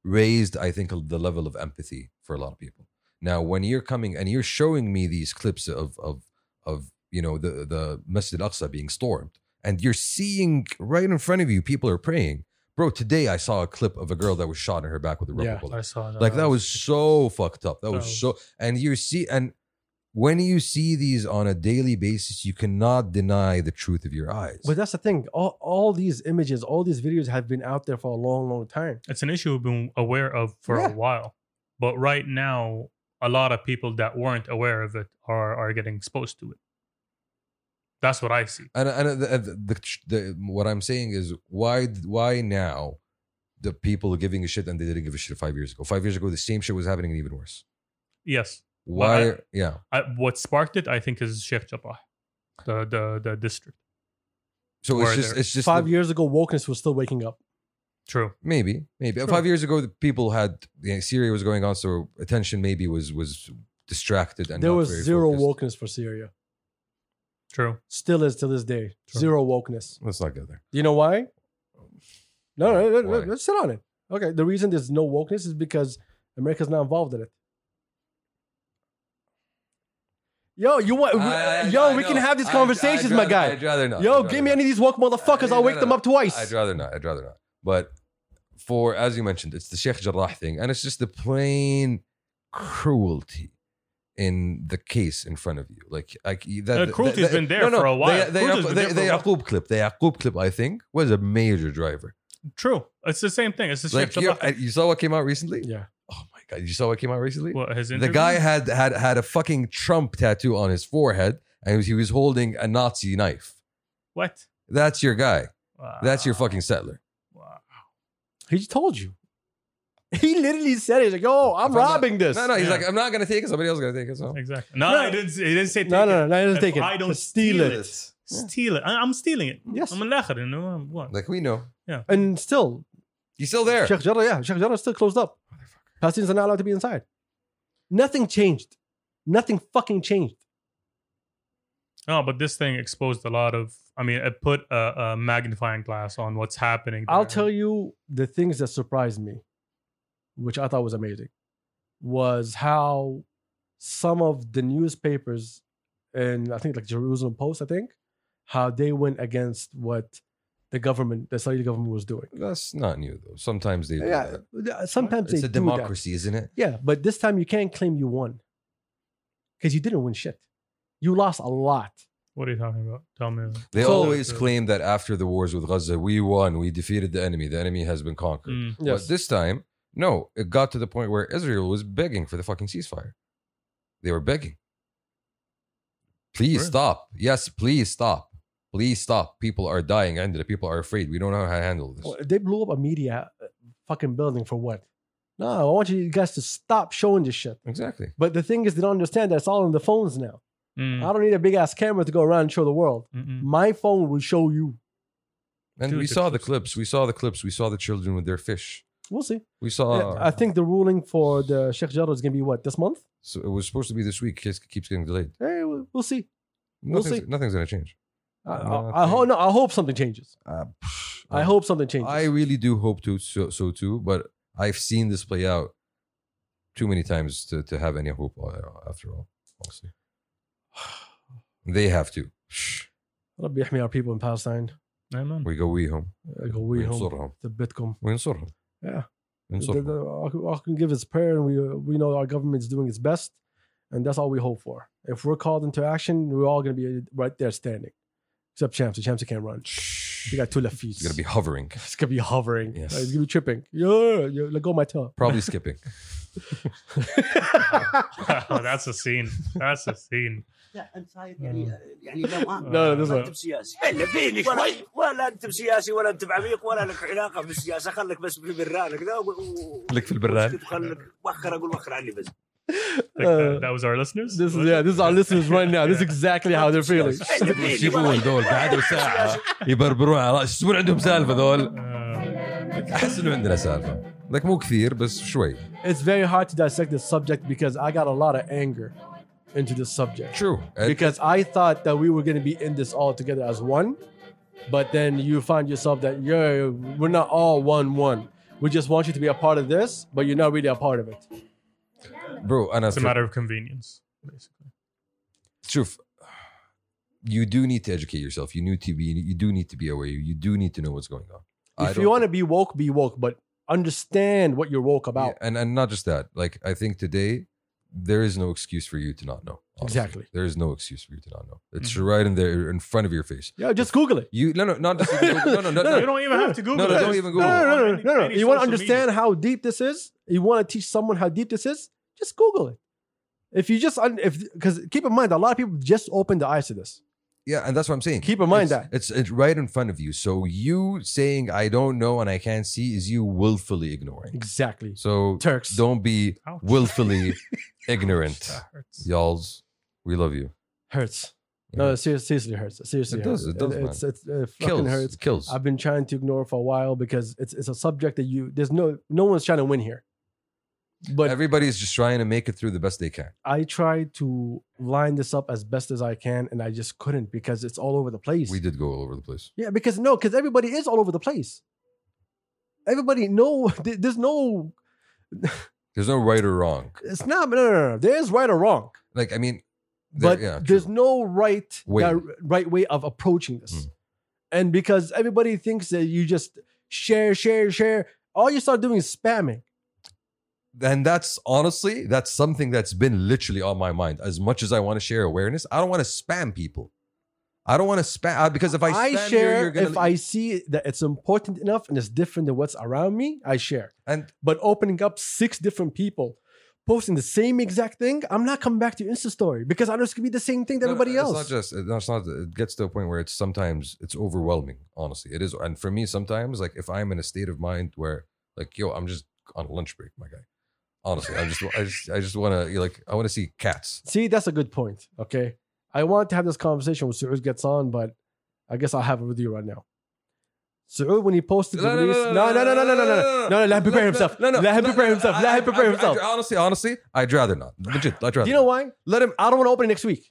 S1: raised, I think, the level of empathy for a lot of people. Now, when you're coming and you're showing me these clips of of of you know the the Masjid Al Aqsa being stormed, and you're seeing right in front of you people are praying, bro. Today I saw a clip of a girl that was shot in her back with a rubber
S2: Yeah.
S1: bullet
S3: I saw that.
S1: like that was so fucked up that
S3: That
S1: was
S3: was-
S1: so and you see and when you see these on a daily basis you cannot deny the truth of your eyes
S2: But that's the thing. All, all these images, all these videos have been out there for a long, long time.
S3: It's an issue we've been aware of for
S2: Yeah.
S3: a while, but right now, a lot of people that weren't aware of it are are getting exposed to it. That's what I see.
S1: and, and the, the, the, the- what i'm saying is why why now the people are giving a shit and they didn't give a shit five years ago five years ago the same shit was happening and even worse
S3: Yes,
S1: why
S3: Well, I-
S1: yeah
S3: I, what sparked it, I think, is Sheikh Jabah, the the the district.
S1: so
S3: Or
S1: it's just
S3: there-
S1: it's just
S2: Five
S1: the-
S2: years ago, wokeness was still waking up.
S3: True.
S1: maybe maybe
S2: Sure.
S1: five years ago the people had you know, syria was going on so attention maybe was was distracted and
S2: there
S1: not
S2: was
S1: very
S2: zero
S1: focused.
S2: wokeness for Syria.
S3: True.
S2: Still is to this day.
S1: Sure.
S2: Zero wokeness.
S1: let's not go there
S2: Do you know why? No, no, no, no,
S1: Why?
S2: let's sit on it. Okay, the reason there's no wokeness is because America's not involved in it. Yo, you want?
S1: I- I-
S2: yo,
S1: I
S2: Uh, we can
S1: know.
S2: have these
S1: I'd-
S2: conversations,
S1: I'd
S2: my
S1: rather-
S2: guy.
S1: I'd rather not. I'd
S2: yo,
S1: rather
S2: give me
S1: not.
S2: any of these woke motherfuckers.
S1: I-
S2: I'll
S1: I'd
S2: wake them
S1: rather-
S2: up twice.
S1: I'd rather not. I'd rather not. But for as you mentioned, it's the Sheikh Jarrah thing, and it's just the plain cruelty in the case in front of you. Like, like that.
S3: Uh,
S1: that-
S3: cruelty's
S1: that-
S3: been there for a while.
S1: The, the,
S3: Cruelty's
S1: the,
S3: been there for
S1: the
S3: a while.
S1: Yaqub clip, the Yaqub clip, I think, was a major driver.
S3: True. It's the same thing. It's the
S1: Like
S3: Sheikh
S1: you,
S3: Jabah.
S1: you saw what came out recently.
S2: yeah,
S1: Oh my god, you saw what came out recently.
S3: What his
S1: the
S3: interview?
S1: guy had had had a fucking Trump tattoo on his forehead, and he was, he was holding a Nazi knife.
S3: What?
S1: That's your guy. That's your
S3: Wow.
S1: fucking settler.
S3: Wow.
S2: he told you. *laughs* He literally said it. He's like, "Oh, I'm
S1: If not-
S2: robbing this."
S1: No, no. He's
S3: Yeah.
S1: like, I'm not gonna take it. Somebody else is gonna take it. So
S3: Exactly. No,
S2: No.
S3: I didn't. He didn't say. Take
S2: no, no, no,
S3: It.
S2: no, he doesn't
S3: If
S2: take it.
S3: I don't
S2: Just steal
S3: steal
S2: it.
S3: Steal it. I, am stealing it.
S2: Yes.
S3: I'm a lakhar, you know. I'm what?
S1: like we know
S2: And still,
S1: he's still there.
S2: Sheikh Jarrah, yeah, Sheikh Jarrah is still closed up. Palestinians are not allowed to be inside. Nothing changed. Nothing fucking changed.
S3: No, but this thing exposed a lot of. I mean, it put a, a magnifying glass on what's happening.
S2: I'll tell you the things that surprised me, which I thought was amazing, was how some of the newspapers and I think like Jerusalem Post, I think, how they went against what the government, the Saudi government was doing.
S1: That's not new though. Sometimes they do
S2: Yeah,
S1: that.
S2: sometimes
S1: it's
S2: they
S1: a
S2: do that.
S1: democracy, is isn't it?
S2: Yeah, but this time you can't claim you won because you didn't win shit. You lost a lot.
S3: What are you talking about? Tell me.
S1: They
S2: So-
S1: always claim that after the wars with Gaza, we won, we defeated the enemy, the enemy has been conquered.
S3: Mm,
S1: But this time, no, it got to the point where Israel was begging for the fucking ceasefire. They were begging. Please
S3: Really?
S1: stop. Yes, please stop. Please stop. People are dying, and the people are afraid. We don't know how to handle this.
S2: Well, they blew up a media uh, fucking building for what? No, I want you guys to stop showing this shit.
S1: Exactly.
S2: But the thing is, they don't understand that it's all on the phones now.
S3: mm,
S2: I don't need a big ass camera to go around and show the world.
S3: mm, mm.
S2: My phone will show you.
S1: And
S3: Dude,
S1: we
S3: the
S1: saw the clips. We saw the clips. We saw the children with their fish.
S2: We'll see.
S1: We saw.
S2: I think the ruling for the Sheikh Jarrah is going to be what this month.
S1: so it was supposed to be this week. It keeps getting delayed.
S2: Hey, we'll, we'll see. We'll
S1: Nothing's, nothing's going to change.
S2: I,
S1: Uh,
S2: I, I hope no. I hope something changes.
S1: Uh, psh,
S2: I hope something changes.
S1: I really do hope to so, so too, but I've seen this play out too many times to, to have any hope uh, after all. Honestly. *sighs* They have to.
S2: Hmm. ربي يحمي our people in Palestine.
S3: Amen.
S1: We go we home.
S2: يقويهم
S1: وينصرهم
S2: يثبتكم.
S1: وينصرهم
S2: Yeah. The-
S1: ينصرهم.
S2: the- All I can give is prayer, and we uh, we know our government's doing its best, and that's all we hope for. If we're called into action, we're all going to be right there standing, except Champs. Champs can't run. He got two left feet.
S1: It's going to be hovering,
S2: *laughs* It's gonna be hovering.
S1: Yes.
S2: Uh, It's gonna be tripping. Yeah, yeah, let go of my tail.
S1: probably
S2: *laughs*
S1: skipping.
S3: Wow, *laughs* that's a scene. That's a scene.
S4: لا انت صاير يعني يعني لو
S2: *laughs* لا، لا،
S4: ما
S2: تسمع.
S4: انت بسياسي الا إيه، فيني شوي ولا انت بسياسي ولا انت بعميق ولا لك علاقه بالسياسه خلك بس في بران كذا و- و-
S1: لك في البران.
S4: واسكت خلك وخر اقول وخر عني بس
S3: Like
S2: Uh,
S3: that, that was our listeners.
S2: this is
S3: Was
S2: yeah.
S3: it?
S2: This
S1: *laughs*
S2: is our listeners right now. This is
S3: *laughs* Yeah.
S2: exactly how they're feeling.
S4: إلا إيه، فيني
S1: يجيبون
S4: والله.
S1: دول بعد ساعة يبربرون على رأس شو عندهم سالفة دول
S3: Uh,
S1: أحس إنه عندنا سالفة لك مو كثير بس شوي
S2: It's very hard to dissect this subject because I got a lot of anger into this subject
S1: true
S2: because I thought that we were gonna be in this all together as one, but then you find yourself that you're we're not all one one. We just want you to be a part of this, but you're not really a part of it.
S1: برو أنا
S3: it's a matter of convenience, basically.
S1: Truth, you do need to educate yourself. You need to be you do need to be aware. You do need to know what's going on. I
S2: If
S1: don't
S2: you want to be woke, be woke, but understand what you're woke
S1: think-
S2: about.
S1: Yeah, and and not just that. Like I think today there is no excuse for you to not know.
S2: Exactly.
S1: There is no excuse for you to not know. It's
S3: Mhm.
S1: right in there in front of your face.
S2: Yeah, just Google it.
S1: You no no not just *laughs* no no no, no,
S2: No,
S3: You
S1: no.
S3: don't even have to Google
S1: no,
S3: it.
S1: don't even Google
S2: No,
S1: it.
S2: no, no, no,
S3: Any-
S2: no, no.
S3: any
S2: You want to
S3: social media.
S2: understand how deep this is? You want to teach someone how deep this is? Just Google it. If you just un- if because keep in mind a lot of people just open their eyes to this.
S1: Yeah, and that's what I'm saying.
S2: Keep in mind
S1: it's,
S2: that.
S1: it's it's right in front of you. So you saying I don't know and I can't see is you willfully ignoring.
S2: Exactly.
S1: So
S2: Turks.
S1: don't be
S2: *laughs*
S3: Ouch.
S1: willfully ignorant.
S3: That hurts.
S1: Y'all's we love you.
S2: hurts. No, it seriously, seriously hurts. It seriously
S1: It does,
S2: hurts.
S1: it does,
S2: it's, it's, it fucking
S1: kills
S2: hurts.
S1: kills
S2: I've been trying to ignore for a while because it's it's a subject that you there's no no one's trying to win here. But
S1: everybody's just trying to make it through the best they can
S2: I tried to line this up as best as I can, and I just couldn't because it's all over the place.
S1: we did go all over the place
S2: Yeah, because no, because everybody is all over the place. Everybody, no, *laughs* th- there's no,
S1: there's no right or wrong
S2: it's not, no, no, no, no. There is right or wrong,
S1: like i mean there-
S2: but
S1: yeah,
S2: there's
S1: true.
S2: no right
S1: Way.
S2: di- right way of approaching this.
S1: Mm.
S2: And because everybody thinks that you just share, share, share, all you start doing is spamming.
S1: and that's honestly that's something that's been literally on my mind as much as i want to share awareness i don't want to spam people i don't want to spam I- because if i,
S2: I,
S1: spam you,
S2: share
S1: you're gonna
S2: if I see that it's important enough and it's different than what's around me. I share,
S1: and
S2: but opening up six different people. Posting the same exact thing, I'm not coming back to your Insta story because I know it's gonna be the same thing that everybody
S1: no, no,
S2: else.
S1: It's not just. It, no, it's not. It gets to a point where it's sometimes it's overwhelming. Honestly, it is. And for me, sometimes like if I'm in a state of mind where like yo, I'm just on a lunch break, my guy. Honestly, I just I just I just want to like I want to see cats.
S2: See, that's a good point. Okay. I want to have this conversation with Saud gets on, but I guess I'll have it with you right now. Saud, when he posted the release. No, no, no, no, no, no, no, no, no, let him prepare himself.
S1: No, no,
S2: Let him
S1: no,
S2: prepare
S1: no,
S2: himself.
S1: I-
S2: Let him
S1: I-
S2: prepare
S1: I-
S2: himself.
S1: I- Honestly, honestly, I'd rather not. Legit, I'd rather.
S2: Do you know
S1: not.
S2: why?
S1: Let him
S2: I don't want to open it next week.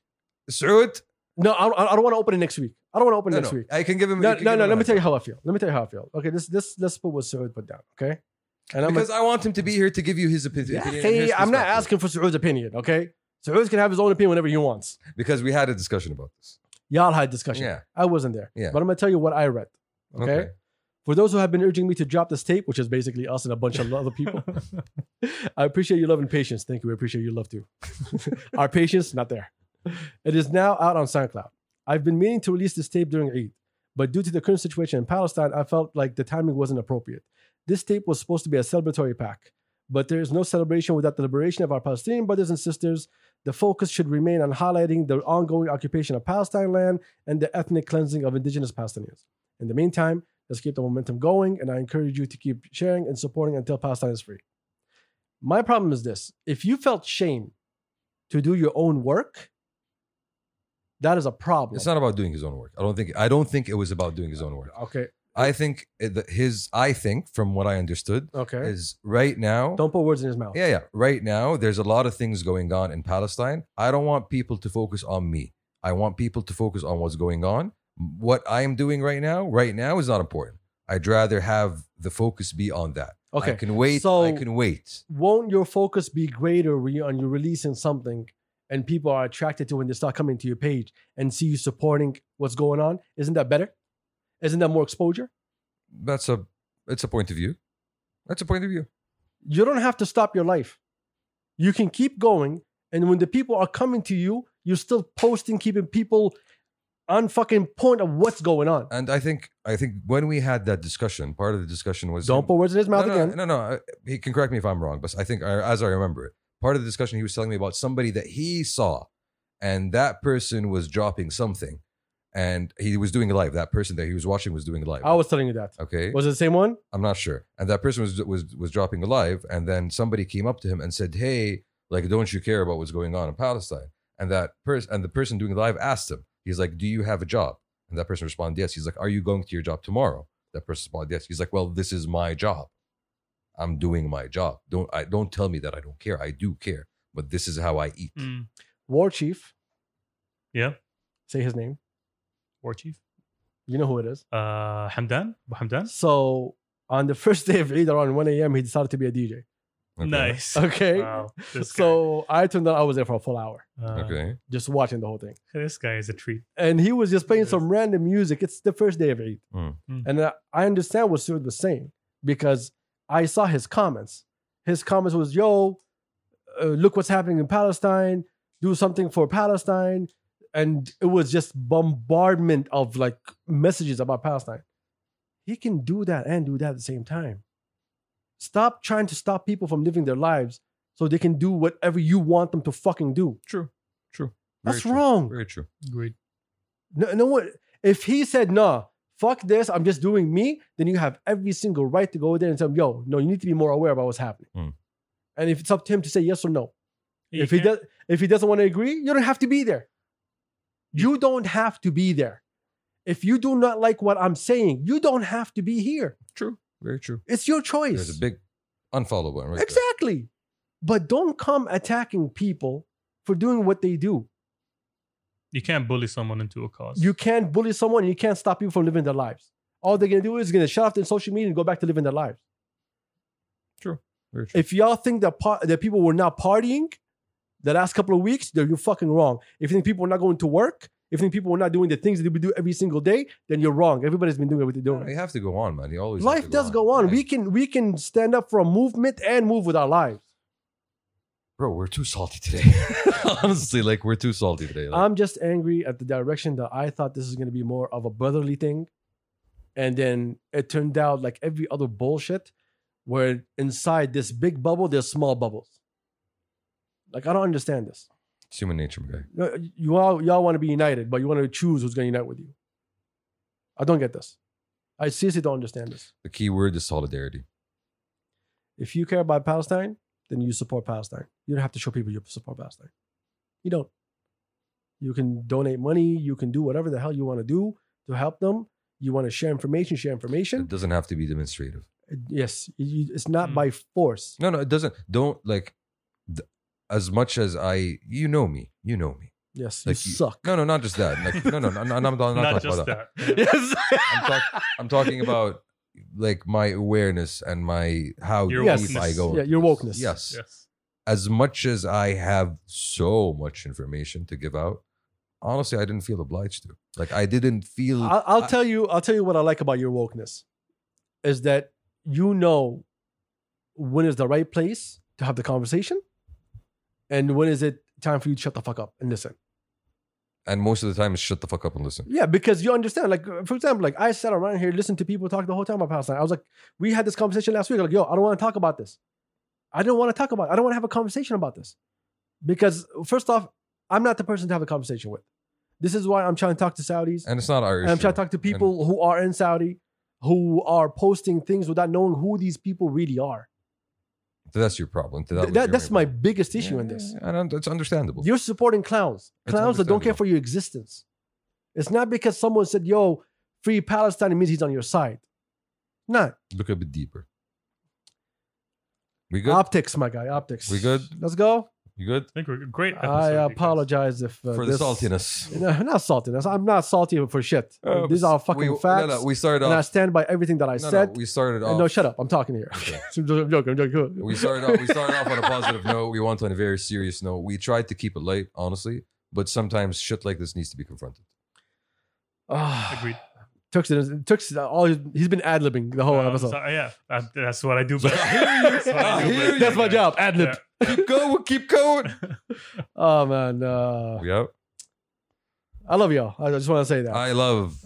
S1: Saud.
S2: No, I don't, I don't want to open it next week. I don't want to open it
S1: No,
S2: next
S1: no,
S2: week.
S1: I can give him.
S2: No,
S1: you can
S2: no,
S1: give
S2: no.
S1: him
S2: Let
S1: a
S2: me tell you
S1: heads
S2: how I feel. Let me tell you how I feel. Okay, this, this, let's put what Saud put down. Okay, and
S1: up.
S2: I'm
S1: Because I want him to be here to give you his opinion.
S2: like,
S1: opinion and
S2: hey,
S1: his
S2: I'm not
S1: perspective.
S2: asking for Saud's opinion. Okay, Saud can have his own opinion whenever he wants.
S1: because we had a discussion about this.
S2: Y'all had discussion.
S1: Yeah.
S2: I wasn't there.
S1: Yeah.
S2: But I'm gonna tell you what I read. okay. For those who have been urging me to drop this tape, which is basically us and a bunch of other people, I appreciate your love and patience. Thank you. We appreciate your love too. Our patience, not there. It is now out on SoundCloud. I've been meaning to release this tape during Eid, but due to the current situation in Palestine, I felt like the timing wasn't appropriate. This tape was supposed to be a celebratory pack, but there is no celebration without the liberation of our Palestinian brothers and sisters. The focus should remain on highlighting the ongoing occupation of Palestine land and the ethnic cleansing of indigenous Palestinians. In the meantime, Let's keep the momentum going, and I encourage you to keep sharing and supporting until Palestine is free. My problem is this if you felt shame to do your own work, that is a problem.
S1: It's not about doing his own work. I don't think. I don't think it was about doing his own work.
S2: okay.
S1: I think it- his. I think from what I understood
S2: Okay.
S1: is right now.
S2: Don't put words in his mouth.
S1: yeah, yeah. Right now, there's a lot of things going on in Palestine. I don't want people to focus on me. I want people to focus on what's going on. What I am doing right now, right now, is not important. I'd rather have the focus be on that. I
S2: Okay.
S1: can wait.
S2: so-
S1: I can wait.
S2: Won't your focus be greater when you- on you releasing something and people are attracted to when they start coming to your page and see you supporting what's going on? Isn't that better? Isn't that more exposure?
S1: That's a. It's a point of view. That's a point of view.
S2: You don't have to stop your life. You can keep going. And when the people are coming to you, you're still posting, keeping people on fucking point of what's going on.
S1: And I think I think when we had that discussion, part of the discussion was
S2: Don't put words in his
S1: no,
S2: mouth
S1: no,
S2: again.
S1: No, no, I- he can correct me if I'm wrong, but I think I- as I remember it, part of the discussion he was telling me about somebody that he saw, and that person was dropping something, and he was doing a live. That person that he was watching was doing a live.
S2: I was telling you that.
S1: okay,
S2: Was it the same one?
S1: I'm not sure. And that person was was was dropping alive, and then somebody came up to him and said, "Hey, like, don't you care about what's going on in Palestine?" And that person and the person doing the live asked him, "He's like, do you have a job?" And that person responded, "Yes." He's like, "Are you going to your job tomorrow?" That person responded, "Yes." He's like, "Well, this is my job. I'm doing my job. Don't I don't tell me that I don't care. I do care, but this is how I eat."
S3: Mm.
S2: War Chief.
S3: Yeah.
S2: Say his name.
S3: War Chief.
S2: You know who it is.
S3: Uh, Hamdan? Abu Hamdan?
S2: So on the *laughs* first day of Eid around 1 a.m., he decided to be a DJ.
S1: Okay.
S3: Nice.
S2: *laughs* Okay.
S3: Wow. This
S2: so I turned out I was there for a full hour
S3: guy. Uh,
S1: Okay.
S2: just watching the whole thing.
S3: This guy is a treat.
S2: And he was just playing some random music. It's the first day of Eid.
S1: Hmm.
S3: Hmm.
S2: And I- I understand what Stuart was saying because I saw his comments. His comments was, yo, uh, look what's happening in Palestine. Do something for Palestine. And it was just bombardment of like messages about Palestine. He can do that and do that at the same time. Stop trying to stop people from living their lives so they can do whatever you want them to fucking do.
S1: True. True. Very
S2: That's
S1: true.
S2: wrong.
S1: Very true.
S3: Great.
S2: No, no one. If he said nah, fuck this, I'm just doing me, then you have every single right to go there and tell him, yo, no, you need to be more aware about what's happening.
S1: Mm.
S2: And if it's up to him to say yes or no, if he does, if he doesn't want to agree, you don't have to be there. You don't have to be there. If you do not like what I'm saying, you don't have to be here.
S1: True. Very true.
S2: It's your choice.
S1: There's a big unfollow button right there.
S2: Exactly. But don't come attacking people for doing what they do.
S3: you can't bully someone into a cause.
S2: You can't bully someone. You can't stop people from living their lives. All they're gonna do is gonna shut off their social media and go back to living their lives.
S1: Very true.
S2: If y'all think that par- that people were not partying the last couple of weeks, then you're fucking wrong. If you think people were not going to work, if you think people were not doing the things that we do every single day, then you're wrong. Everybody's been doing what they're
S1: No,
S2: doing.
S1: you have to go on, man. You always have
S2: Life
S1: to
S2: does go on.
S1: Yeah.
S2: We can we can stand up for a movement and move with our lives.
S1: bro, we're too salty today. *laughs* Honestly, like we're too salty today. Like,
S2: I'm just angry at the direction that I thought this is going to be more of a brotherly thing. And then it turned out like every other bullshit, where inside this big bubble, there's small bubbles. Like, I don't understand this.
S1: it's human nature, my guy.
S2: No, You all, y'all want to be united, but you want to choose who's going to unite with you. I don't get this. I seriously don't understand this.
S1: The key word is solidarity.
S2: If you care about Palestine, then you support Palestine. You don't have to show people you support Palestine. You don't. You can donate money. You can do whatever the hell you want to do to help them. You want to share information, share
S1: It
S2: information.
S1: doesn't have to be demonstrative.
S2: Yes, you- it's not
S3: Mm.
S2: by force.
S1: No, no, it doesn't. Don't like. th- As much as I, you know me, you know me.
S2: Yes,
S1: Like
S2: you
S1: you-
S2: suck.
S1: *laughs* No, no, not just that. Like, no, no, no, no,
S2: *laughs*
S1: no I'm not, I'm not
S3: Not
S1: talking
S3: just
S1: about that.
S3: that.
S2: yes.
S1: I'm, talk, I'm talking about like my awareness and my how
S3: Your
S1: deep
S2: wokeness.
S1: I go.
S2: Yeah,
S1: into
S2: your
S1: this.
S2: wokeness.
S1: Yes.
S3: Yes.
S1: As much as I have so much information to give out, honestly, I didn't feel obliged to. Like, I didn't feel.
S2: I'll, I'll tell you. I'll tell you what I like about your wokeness is that you know when is the right place to have the conversation, and when is it time for you to shut the fuck up and listen.
S1: and most of the time, it's shut the fuck up and listen.
S2: Yeah, because you understand. Like, for example, like I sat around here, listened to people talk the whole time about Palestine. I was like, we had this conversation last week. Like, yo, I don't want to talk about this. I don't want to talk about. It. I don't want to have a conversation about this, because first off, I'm not the person to have a conversation with. This is why I'm trying to talk to Saudis.
S1: And it's not our
S2: And
S1: issue.
S2: I'm trying to talk to people who are in Saudi, who are posting things without knowing who these people really are.
S1: So that's your problem. To
S2: Th-
S1: that
S2: that, that's my biggest issue in this.
S1: And it's understandable.
S2: You're supporting clowns,
S1: It's
S2: clowns that don't care
S1: understandable.
S2: for your existence. It's not because someone said, "Yo, free Palestine," it means he's on your side. Nine.
S1: Look a bit deeper. We good?
S2: Optics, my guy. Optics.
S1: We good?
S2: Let's go.
S1: You good?
S3: think we're great. Episode,
S2: I
S3: you guys.
S2: apologize if uh,
S1: For
S2: this,
S1: the saltiness.
S2: *laughs* No, not saltiness. I'm not salty for shit.
S1: Uh,
S2: These are fucking
S1: we,
S2: facts,
S1: No, no, we started
S2: and I
S1: off.
S2: stand by everything that I
S1: no,
S2: said.
S1: no, we started
S2: And
S1: off.
S2: no, shut up. I'm talking here.
S1: Okay.
S2: *laughs* I'm joking. I'm joking.
S1: We started off. We started off on a positive note. We went on a very serious note. We tried to keep it light, honestly, but sometimes shit like this needs to be confronted.
S2: Ah,
S3: Agreed.
S2: *sighs* Tooks, Tooks, uh, all he's been ad libbing the whole
S3: Um,
S2: Oh, episode.
S3: *laughs* so- yeah, that- that's what I do.
S2: *laughs*
S3: But *laughs*
S1: I hear you. I hear you.
S2: That's my job. Ad lib.
S1: Keep going. Keep going.
S2: Oh man, uh,
S1: Yeah.
S2: I love y'all. I just want to say that. *laughs* I,
S1: I love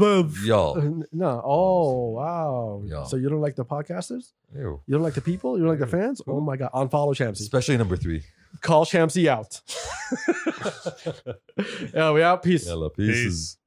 S2: love *laughs*
S1: y'all.
S2: No. Oh wow.
S1: Yeah.
S2: So you don't like the podcasters?
S1: Ew.
S2: You don't like the people? You don't like the fans? Oh my god! Unfollow Shamsi.
S1: Especially number three.
S2: Call Shamsi out. *laughs* yeah, we out. Peace.
S1: Yellow
S3: Peace.
S1: pieces.